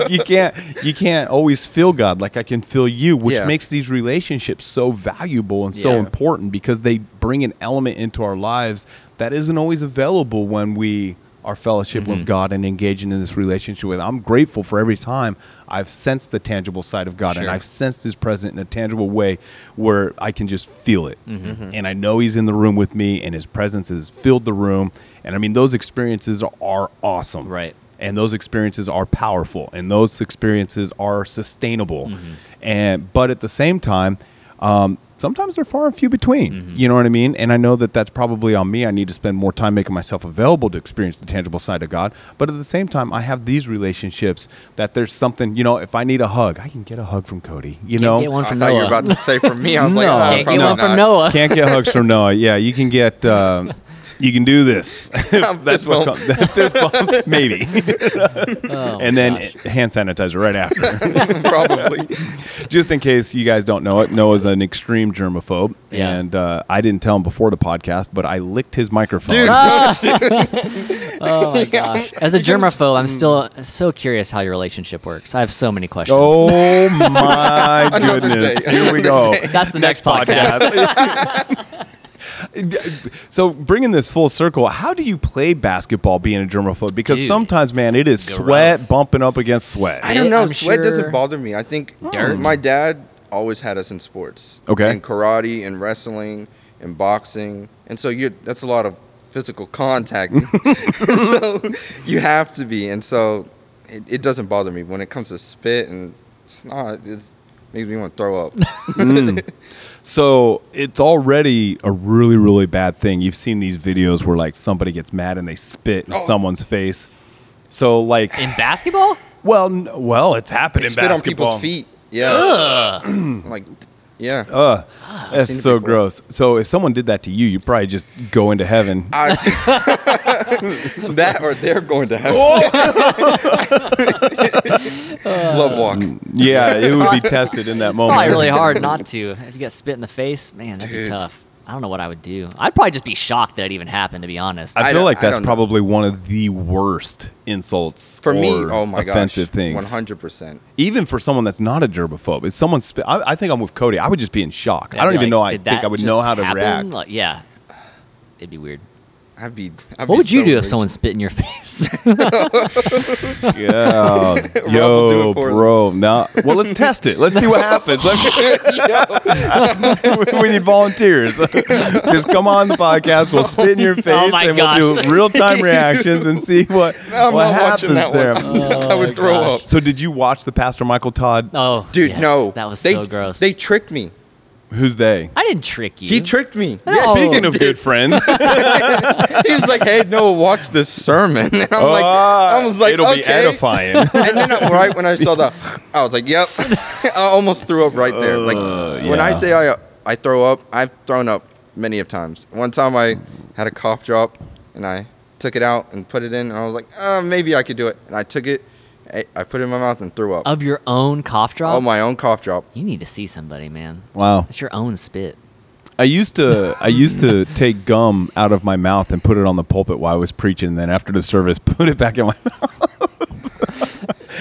Speaker 2: you can't. You can't always feel God like I can feel you, which
Speaker 3: Yeah.
Speaker 2: makes these relationships so valuable and so
Speaker 1: Yeah.
Speaker 2: important because they bring an element into our lives that isn't always available when we our fellowship with God and engaging in this relationship with. I'm grateful for every time I've sensed the tangible side of God and
Speaker 1: Sure.
Speaker 2: I've sensed his present in a tangible way where I can just feel it.
Speaker 1: Mm-hmm.
Speaker 2: And I know he's in the room with me and his presence has filled the room. And I mean, those experiences are awesome.
Speaker 1: Right.
Speaker 2: And those experiences are powerful and
Speaker 1: Mm-hmm.
Speaker 2: those experiences are sustainable. And, but at the same time, um, sometimes they're far and few between.
Speaker 1: Mm-hmm.
Speaker 2: You know what I mean? And I know that that's probably on me. I need to spend more time making myself available to experience the tangible side of God. But at the same time, I have these relationships that there's something, you know, if I need a hug, I can get a hug from Cody, you know?
Speaker 1: get one
Speaker 3: I
Speaker 1: from
Speaker 3: thought you
Speaker 1: Noah.
Speaker 3: were about to say from me. I was
Speaker 1: (laughs)
Speaker 3: like,
Speaker 2: No.
Speaker 3: oh,
Speaker 1: Can't get
Speaker 3: probably
Speaker 1: one from
Speaker 3: not.
Speaker 1: Noah.
Speaker 2: Can't get hugs from Noah. Yeah, you can
Speaker 1: (laughs)
Speaker 2: get. Uh, you can do this. That's what
Speaker 3: bump.
Speaker 2: comes. (laughs) Fist bump, maybe,
Speaker 3: (laughs)
Speaker 1: Oh,
Speaker 2: and then
Speaker 1: gosh.
Speaker 2: hand sanitizer right after,
Speaker 3: probably.
Speaker 2: just in case you guys don't know it. Noah's an extreme germaphobe,
Speaker 1: Yeah.
Speaker 2: and uh, I didn't tell him before the podcast, but I licked his microphone.
Speaker 3: Dude,
Speaker 1: (laughs) oh my gosh.
Speaker 3: (laughs)
Speaker 1: As a germaphobe, I'm still so curious how your relationship works. I have so many questions.
Speaker 2: Oh my goodness!
Speaker 3: day.
Speaker 2: Here we go.
Speaker 1: That's the next, podcast.
Speaker 2: so bringing this full circle, how do you play basketball being a germaphobe? Because
Speaker 1: Dude,
Speaker 2: sometimes, man, it is
Speaker 1: it's
Speaker 2: sweat
Speaker 1: gross.
Speaker 2: bumping up against sweat.
Speaker 3: I don't know.
Speaker 1: I'm
Speaker 3: sweat
Speaker 1: sure. Oh.
Speaker 3: doesn't bother me. I think
Speaker 1: Dirt.
Speaker 3: my dad always had us in sports.
Speaker 2: Okay.
Speaker 3: In karate, in wrestling, in boxing, and so you that's a lot of physical
Speaker 1: (laughs)
Speaker 3: contact. (laughs) so you have to be, and so it, it doesn't bother me when it comes to spit and it's not. It makes me want to throw
Speaker 1: (laughs)
Speaker 3: up.
Speaker 2: So it's already a really, really bad thing. You've seen these videos where like somebody gets mad and they spit in
Speaker 3: Oh.
Speaker 2: someone's face. So like,
Speaker 1: In basketball?
Speaker 2: well, n- well, it's happened
Speaker 3: They
Speaker 2: in
Speaker 3: spit on
Speaker 2: basketball.
Speaker 3: people's feet. Yeah. (clears throat) like,
Speaker 1: (laughs)
Speaker 3: yeah.
Speaker 2: Ugh, that's
Speaker 3: seen it
Speaker 2: so
Speaker 3: before.
Speaker 2: gross. So if someone did that to you, you probably just go into heaven.
Speaker 3: I, that or they're going to
Speaker 1: (laughs)
Speaker 3: have (laughs) love walk. (laughs)
Speaker 2: yeah, it would be tested in that moment.
Speaker 1: Probably really hard not to. If you get spit in the face, man, that'd be
Speaker 3: Dude.
Speaker 1: tough. I don't know what I would do. I'd probably just be shocked that it even happened, to be honest.
Speaker 2: I
Speaker 3: I
Speaker 2: feel
Speaker 3: don't-
Speaker 2: like
Speaker 3: I
Speaker 2: that's
Speaker 3: don't know.
Speaker 2: probably one of the worst insults
Speaker 3: For
Speaker 2: or
Speaker 3: me, oh my gosh,
Speaker 2: offensive things.
Speaker 3: One hundred percent.
Speaker 2: even for someone that's not a germaphobe, if someone spit, I, I think I'm with Cody. I would just be in shock. I
Speaker 1: I'd
Speaker 2: don't
Speaker 1: be like,
Speaker 2: even know. I
Speaker 1: "Did
Speaker 2: think
Speaker 1: that
Speaker 2: I would
Speaker 1: just
Speaker 2: know how to
Speaker 1: happen?"
Speaker 2: react.
Speaker 1: Like, yeah. It'd be weird.
Speaker 3: I'd be. I'd
Speaker 1: What
Speaker 3: be
Speaker 1: would you
Speaker 3: so
Speaker 1: do if
Speaker 3: rich.
Speaker 1: someone spit in your (laughs) face?
Speaker 3: (laughs)
Speaker 2: yeah,
Speaker 3: will do
Speaker 2: yo,
Speaker 3: it for them.
Speaker 2: bro. Now, well, let's test it. Let's see what
Speaker 3: (laughs)
Speaker 2: happens. Let's- (laughs)
Speaker 3: Yo,
Speaker 2: we need volunteers. just come on the podcast. We'll spit
Speaker 1: (laughs)
Speaker 2: in your face
Speaker 1: Oh my
Speaker 2: and we'll
Speaker 1: gosh.
Speaker 2: do real
Speaker 3: (laughs)
Speaker 2: time reactions and see what
Speaker 3: I'm
Speaker 2: what
Speaker 3: not watching
Speaker 2: happens
Speaker 3: that
Speaker 2: there. Oh
Speaker 3: one. (laughs) I
Speaker 1: my
Speaker 3: would throw
Speaker 1: gosh.
Speaker 3: up.
Speaker 2: So, did you watch the Pastor Michael Todd?
Speaker 1: oh,
Speaker 3: Dude,
Speaker 1: yes,
Speaker 3: no.
Speaker 1: That was
Speaker 3: they,
Speaker 1: so gross.
Speaker 3: They tricked me.
Speaker 2: Who's they?
Speaker 1: I didn't trick you.
Speaker 3: He tricked me.
Speaker 1: Oh.
Speaker 2: Speaking of
Speaker 3: (laughs)
Speaker 2: good friends,
Speaker 3: he was like, "Hey, Noah, watch this sermon." (laughs) And I'm
Speaker 2: (laughs)
Speaker 3: like,
Speaker 2: Ah,
Speaker 3: I was like,
Speaker 2: it'll
Speaker 3: okay.
Speaker 2: be
Speaker 3: (laughs)
Speaker 2: edifying.
Speaker 3: And then uh, right when I saw the, I was like, "Yep." (laughs) I almost threw up right there. Like when I
Speaker 2: Uh, yeah.
Speaker 3: say I I throw up, I've thrown up many of times. One time I had a cough drop and I took it out and put it in, and I was like, uh, "Maybe I could do it." And I took it, I, I put it in my mouth and threw up.
Speaker 1: of your own cough drop?
Speaker 3: Oh, my own cough drop.
Speaker 1: You need to see somebody, man.
Speaker 2: wow.
Speaker 1: It's your own spit.
Speaker 2: I used to I used to take gum out of my mouth and put it on the pulpit while I was preaching. then after the service, (laughs) put it back in my mouth.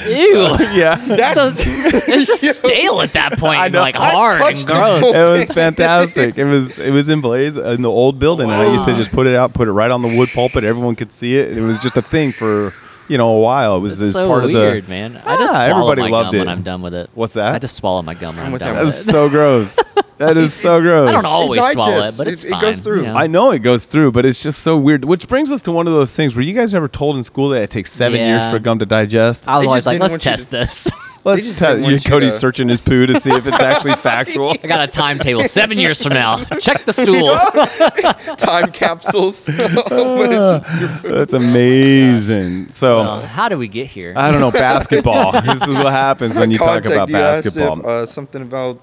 Speaker 1: Ew.
Speaker 2: (laughs) yeah,
Speaker 1: (laughs) so (laughs) it's just stale at that point.
Speaker 2: I
Speaker 1: and,
Speaker 2: know.
Speaker 1: Like
Speaker 2: I
Speaker 1: hard and
Speaker 3: touched the
Speaker 1: gross.
Speaker 2: it was fantastic. It was it was in Blaze in the old building, and I used to just put it out, put it right on the wood pulpit. Everyone could see it. It was just a thing for you know a while. It was
Speaker 1: It's
Speaker 2: just
Speaker 1: so
Speaker 2: part
Speaker 1: weird,
Speaker 2: of the
Speaker 1: man. I just
Speaker 2: Ah,
Speaker 1: swallow
Speaker 2: everybody
Speaker 1: my
Speaker 2: loved
Speaker 1: gum when
Speaker 2: it.
Speaker 1: I'm done with it.
Speaker 2: What's that?
Speaker 1: I just swallow my gum when I'm,
Speaker 3: with
Speaker 1: done
Speaker 3: that.
Speaker 1: with
Speaker 2: That's so gross. That is so gross.
Speaker 1: it. (laughs) I don't always swallow it,
Speaker 3: digests.
Speaker 1: but
Speaker 3: It-
Speaker 1: it's
Speaker 3: it
Speaker 1: fine.
Speaker 3: goes through.
Speaker 2: I know it goes through, but it's just so weird. Which brings us to one of those things. Were you guys ever told in school that it takes seven years
Speaker 1: Yeah.
Speaker 2: for gum to digest?
Speaker 1: I was
Speaker 3: They
Speaker 1: always
Speaker 3: just
Speaker 1: like,
Speaker 3: didn't
Speaker 1: let's
Speaker 3: want you
Speaker 1: test this.
Speaker 2: Let's
Speaker 3: just
Speaker 2: tell
Speaker 3: didn't
Speaker 2: you,
Speaker 3: want you
Speaker 2: Cody's
Speaker 3: to-
Speaker 2: searching his poo to see
Speaker 1: (laughs)
Speaker 2: if it's actually factual.
Speaker 1: I got a timetable seven years from now. Check the stool.
Speaker 3: Time
Speaker 2: (laughs)
Speaker 3: capsules.
Speaker 2: That's amazing. So
Speaker 1: (laughs) Well, how do we get here?
Speaker 2: I don't know
Speaker 3: (laughs)
Speaker 2: basketball. this is what happens when you talk
Speaker 3: Contact,
Speaker 2: about
Speaker 3: you asked if,
Speaker 2: basketball.
Speaker 3: uh, something about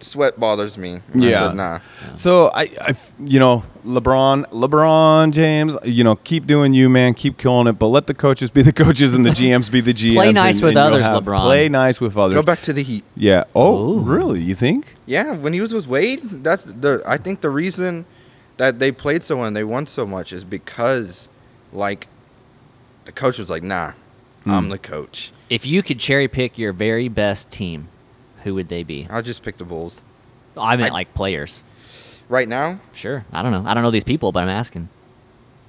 Speaker 3: sweat bothers me. And I
Speaker 2: Yeah.
Speaker 3: said, nah.
Speaker 2: So I, I f- you know, LeBron, LeBron James, you know, keep doing you, man, keep killing it. But let the coaches be the coaches
Speaker 3: (laughs)
Speaker 2: and the GMs be the GMs. and-
Speaker 1: nice
Speaker 2: and
Speaker 1: with
Speaker 2: you'll
Speaker 1: others,
Speaker 2: have-
Speaker 1: LeBron.
Speaker 2: Play nice with others.
Speaker 3: Go back to the Heat.
Speaker 2: Yeah. Oh,
Speaker 1: Ooh.
Speaker 2: really? You think?
Speaker 3: Yeah, when he was with Wade, that's the. I think the reason that they played so well and they won so much is because, like, the coach was like, "Nah,
Speaker 2: Hmm.
Speaker 3: I'm the coach.
Speaker 1: If you could cherry pick your very best team, who would they be?
Speaker 3: I'll just pick the Bulls
Speaker 1: I meant like players.
Speaker 3: right now."
Speaker 1: Sure. I don't know. I don't know these people, but I'm asking.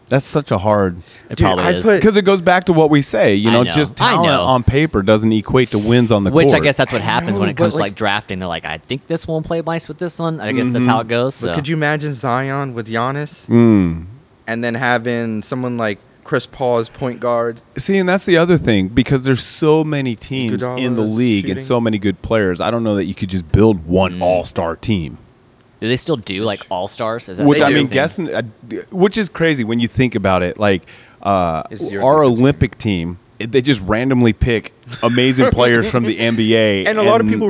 Speaker 2: That's such a hard.
Speaker 1: It
Speaker 3: Dude,
Speaker 1: probably
Speaker 3: I
Speaker 1: is.
Speaker 3: put-
Speaker 2: Because it goes back to what we say, you
Speaker 1: I
Speaker 2: know,
Speaker 1: know.
Speaker 2: just
Speaker 1: I
Speaker 2: talent
Speaker 1: know.
Speaker 2: on paper doesn't equate to wins on the
Speaker 1: Which I
Speaker 2: court.
Speaker 1: guess that's what
Speaker 3: I
Speaker 1: happens when
Speaker 3: know,
Speaker 1: it
Speaker 3: but,
Speaker 1: comes to
Speaker 3: like-
Speaker 1: like drafting. They're like, I think this one played nice with this one. I guess that's
Speaker 2: Mm-hmm.
Speaker 1: how it goes.
Speaker 3: But
Speaker 1: so.
Speaker 3: could you imagine Zion with Giannis,
Speaker 2: Mm.
Speaker 3: and then having someone like Chris Paul as point guard?
Speaker 2: See, and that's the other thing because there's so many teams in the
Speaker 3: Iguodala
Speaker 2: league and
Speaker 3: shooting.
Speaker 1: Mm.
Speaker 2: so many good players. I don't know that you could just build one all-star team.
Speaker 1: Do they still do like all stars? Is that
Speaker 2: which
Speaker 1: still
Speaker 2: I
Speaker 3: do.
Speaker 1: a
Speaker 2: mean,
Speaker 1: thing?
Speaker 2: guessing, uh, d- which is crazy when you think about it. Like uh,
Speaker 3: It's the
Speaker 2: our
Speaker 3: Olympic
Speaker 2: Olympic team, it- they just randomly pick amazing players from
Speaker 3: (laughs)
Speaker 2: the NBA,
Speaker 3: and a lot of people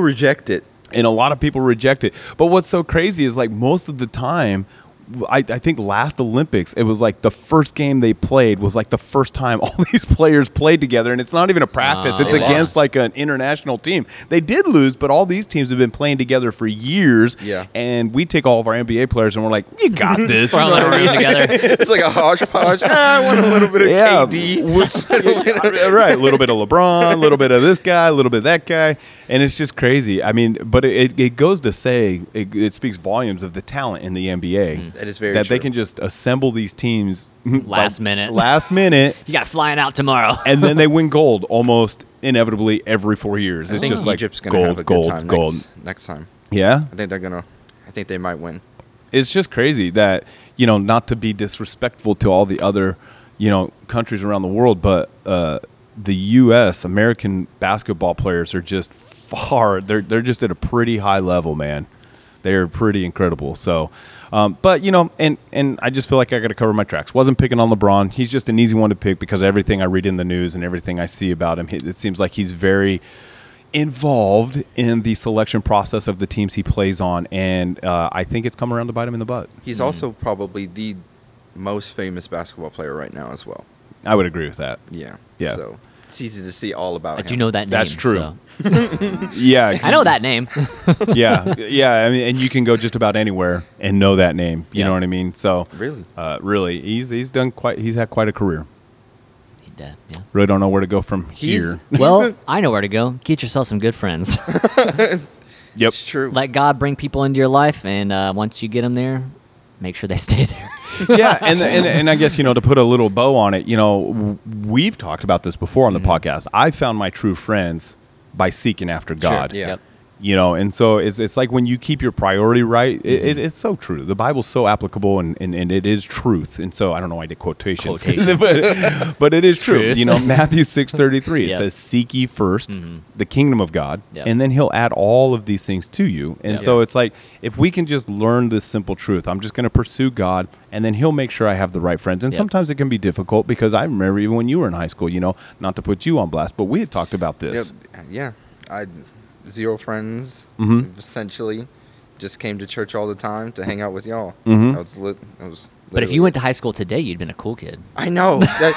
Speaker 2: (laughs)
Speaker 3: reject it.
Speaker 2: and a lot of people reject it. But what's so crazy is like most of the time. I, I think last Olympics, it was like the first game they played was like the first time (laughs) all these players played together, and it's not even a practice.
Speaker 1: Ah,
Speaker 2: it's
Speaker 1: they
Speaker 2: against
Speaker 1: lost.
Speaker 2: like an international team. They did lose, but all these teams have been playing together for years.
Speaker 3: Yeah.
Speaker 2: and we take all of our NBA players, and we're like,
Speaker 1: (laughs)
Speaker 2: "You got this,
Speaker 1: Throw them in a room together.
Speaker 3: (laughs) It's like a hodgepodge. ah, I want a little bit of KD.
Speaker 2: Which,
Speaker 3: (laughs)
Speaker 2: right, a little bit of LeBron, a little bit of this guy, a little bit of that guy, and it's just crazy. I mean, but it, it goes to say it, it speaks volumes of the talent in the NBA.
Speaker 3: Mm-hmm. That is very
Speaker 2: that they
Speaker 3: true.
Speaker 2: can just assemble these teams
Speaker 1: Last
Speaker 2: by-
Speaker 1: minute.
Speaker 2: last minute,
Speaker 1: You got flying out
Speaker 2: (laughs)
Speaker 1: tomorrow.
Speaker 2: and then they win gold almost inevitably every four years.
Speaker 3: I
Speaker 2: It's
Speaker 3: think
Speaker 2: just like
Speaker 3: Egypt's gonna
Speaker 2: gold,
Speaker 3: have a good
Speaker 2: gold,
Speaker 3: time
Speaker 2: gold.
Speaker 3: next, next time.
Speaker 2: Yeah,
Speaker 3: I think they're gonna. I think they might win.
Speaker 2: it's just crazy that you know not to be disrespectful to all the other you know countries around the world but uh, the us american basketball players are just far they're, they're just at a pretty high level man they're pretty incredible so um, but you know and and i just feel like i gotta cover my tracks wasn't picking on lebron he's just an easy one to pick because everything i read in the news and everything i see about him it it seems like he's very involved in the selection process of the teams he plays on, and uh, I think it's come around to bite him in the butt.
Speaker 3: He's also probably the most famous basketball player right now as well.
Speaker 2: I would agree with that.
Speaker 3: Yeah.
Speaker 2: Yeah.
Speaker 3: So it's easy to see all about
Speaker 1: I
Speaker 3: him.
Speaker 1: do know that name.
Speaker 2: That's true.
Speaker 1: so-
Speaker 2: Yeah,
Speaker 1: (laughs) I know that
Speaker 2: (laughs)
Speaker 1: name.
Speaker 2: yeah, yeah. I mean, and you can go just about anywhere and know that name. You
Speaker 1: Yeah.
Speaker 2: know what I mean? So
Speaker 3: Really?
Speaker 2: uh, really, he's he's done quite. He's had quite a career.
Speaker 1: Yeah, yeah.
Speaker 2: Really don't know where to go from
Speaker 1: (laughs)
Speaker 3: He's-
Speaker 2: here. (laughs)
Speaker 1: Well, I know where to go. Get yourself some good friends.
Speaker 2: Yep.
Speaker 3: (laughs) It's true.
Speaker 1: Let God bring people into your life, and uh, once you get them there, make sure they (laughs) stay there.
Speaker 2: yeah, and, and and I guess you know to put a little bow on it, you know, w- we've talked about this before on
Speaker 1: Mm-hmm.
Speaker 2: the podcast. I found my true friends by seeking after God.
Speaker 3: yeah.
Speaker 1: Yep.
Speaker 2: you know and so it's, it's like when you keep your priority right it, it,
Speaker 1: Mm-hmm.
Speaker 2: it's so true the bible's so applicable and, and, and it is truth and so i don't know why i did quotations (laughs)
Speaker 1: Quotation.
Speaker 2: but, but it is true
Speaker 1: Truth.
Speaker 2: you know matthew 6.33 it
Speaker 1: Yep. Mm-hmm.
Speaker 2: says seek ye 1st the kingdom of god
Speaker 1: Yep.
Speaker 2: and then he'll add all of these things to you and
Speaker 1: Yep.
Speaker 2: so it's like if we can just learn this simple truth i'm just going to pursue god and then he'll make sure i have the right friends and
Speaker 1: Yep.
Speaker 2: sometimes it can be difficult because i remember even when you were in high school you know not to put you on blast but we had talked about
Speaker 3: Yeah,
Speaker 2: this
Speaker 3: yeah. I zero friends
Speaker 2: Mm-hmm.
Speaker 3: essentially. Just came to church all the time to hang out with y'all.
Speaker 2: Mm-hmm.
Speaker 3: That was lit. That was.
Speaker 1: But if
Speaker 3: literally-
Speaker 1: you went to high school today, you'd been a cool kid. (laughs)
Speaker 3: I know that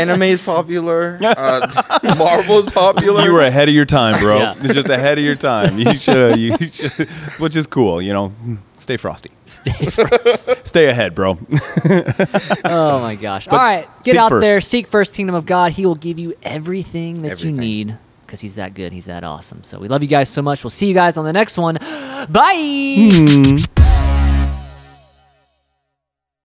Speaker 3: anime is popular. Uh,
Speaker 1: (laughs)
Speaker 3: Marvel is popular.
Speaker 2: You were ahead of your time, bro.
Speaker 1: Yeah.
Speaker 2: Just ahead of your time. You should, you should, which is cool. You know, stay frosty.
Speaker 1: Stay friends.
Speaker 2: Stay ahead, bro.
Speaker 1: oh
Speaker 2: (laughs)
Speaker 1: my gosh! All right, get
Speaker 2: seek
Speaker 1: out
Speaker 2: first.
Speaker 1: there, seek first kingdom of God. He will give you everything that
Speaker 3: Everything.
Speaker 1: you need because He's that good. He's that awesome. So we love you guys so much. We'll see you guys on the next one. Bye.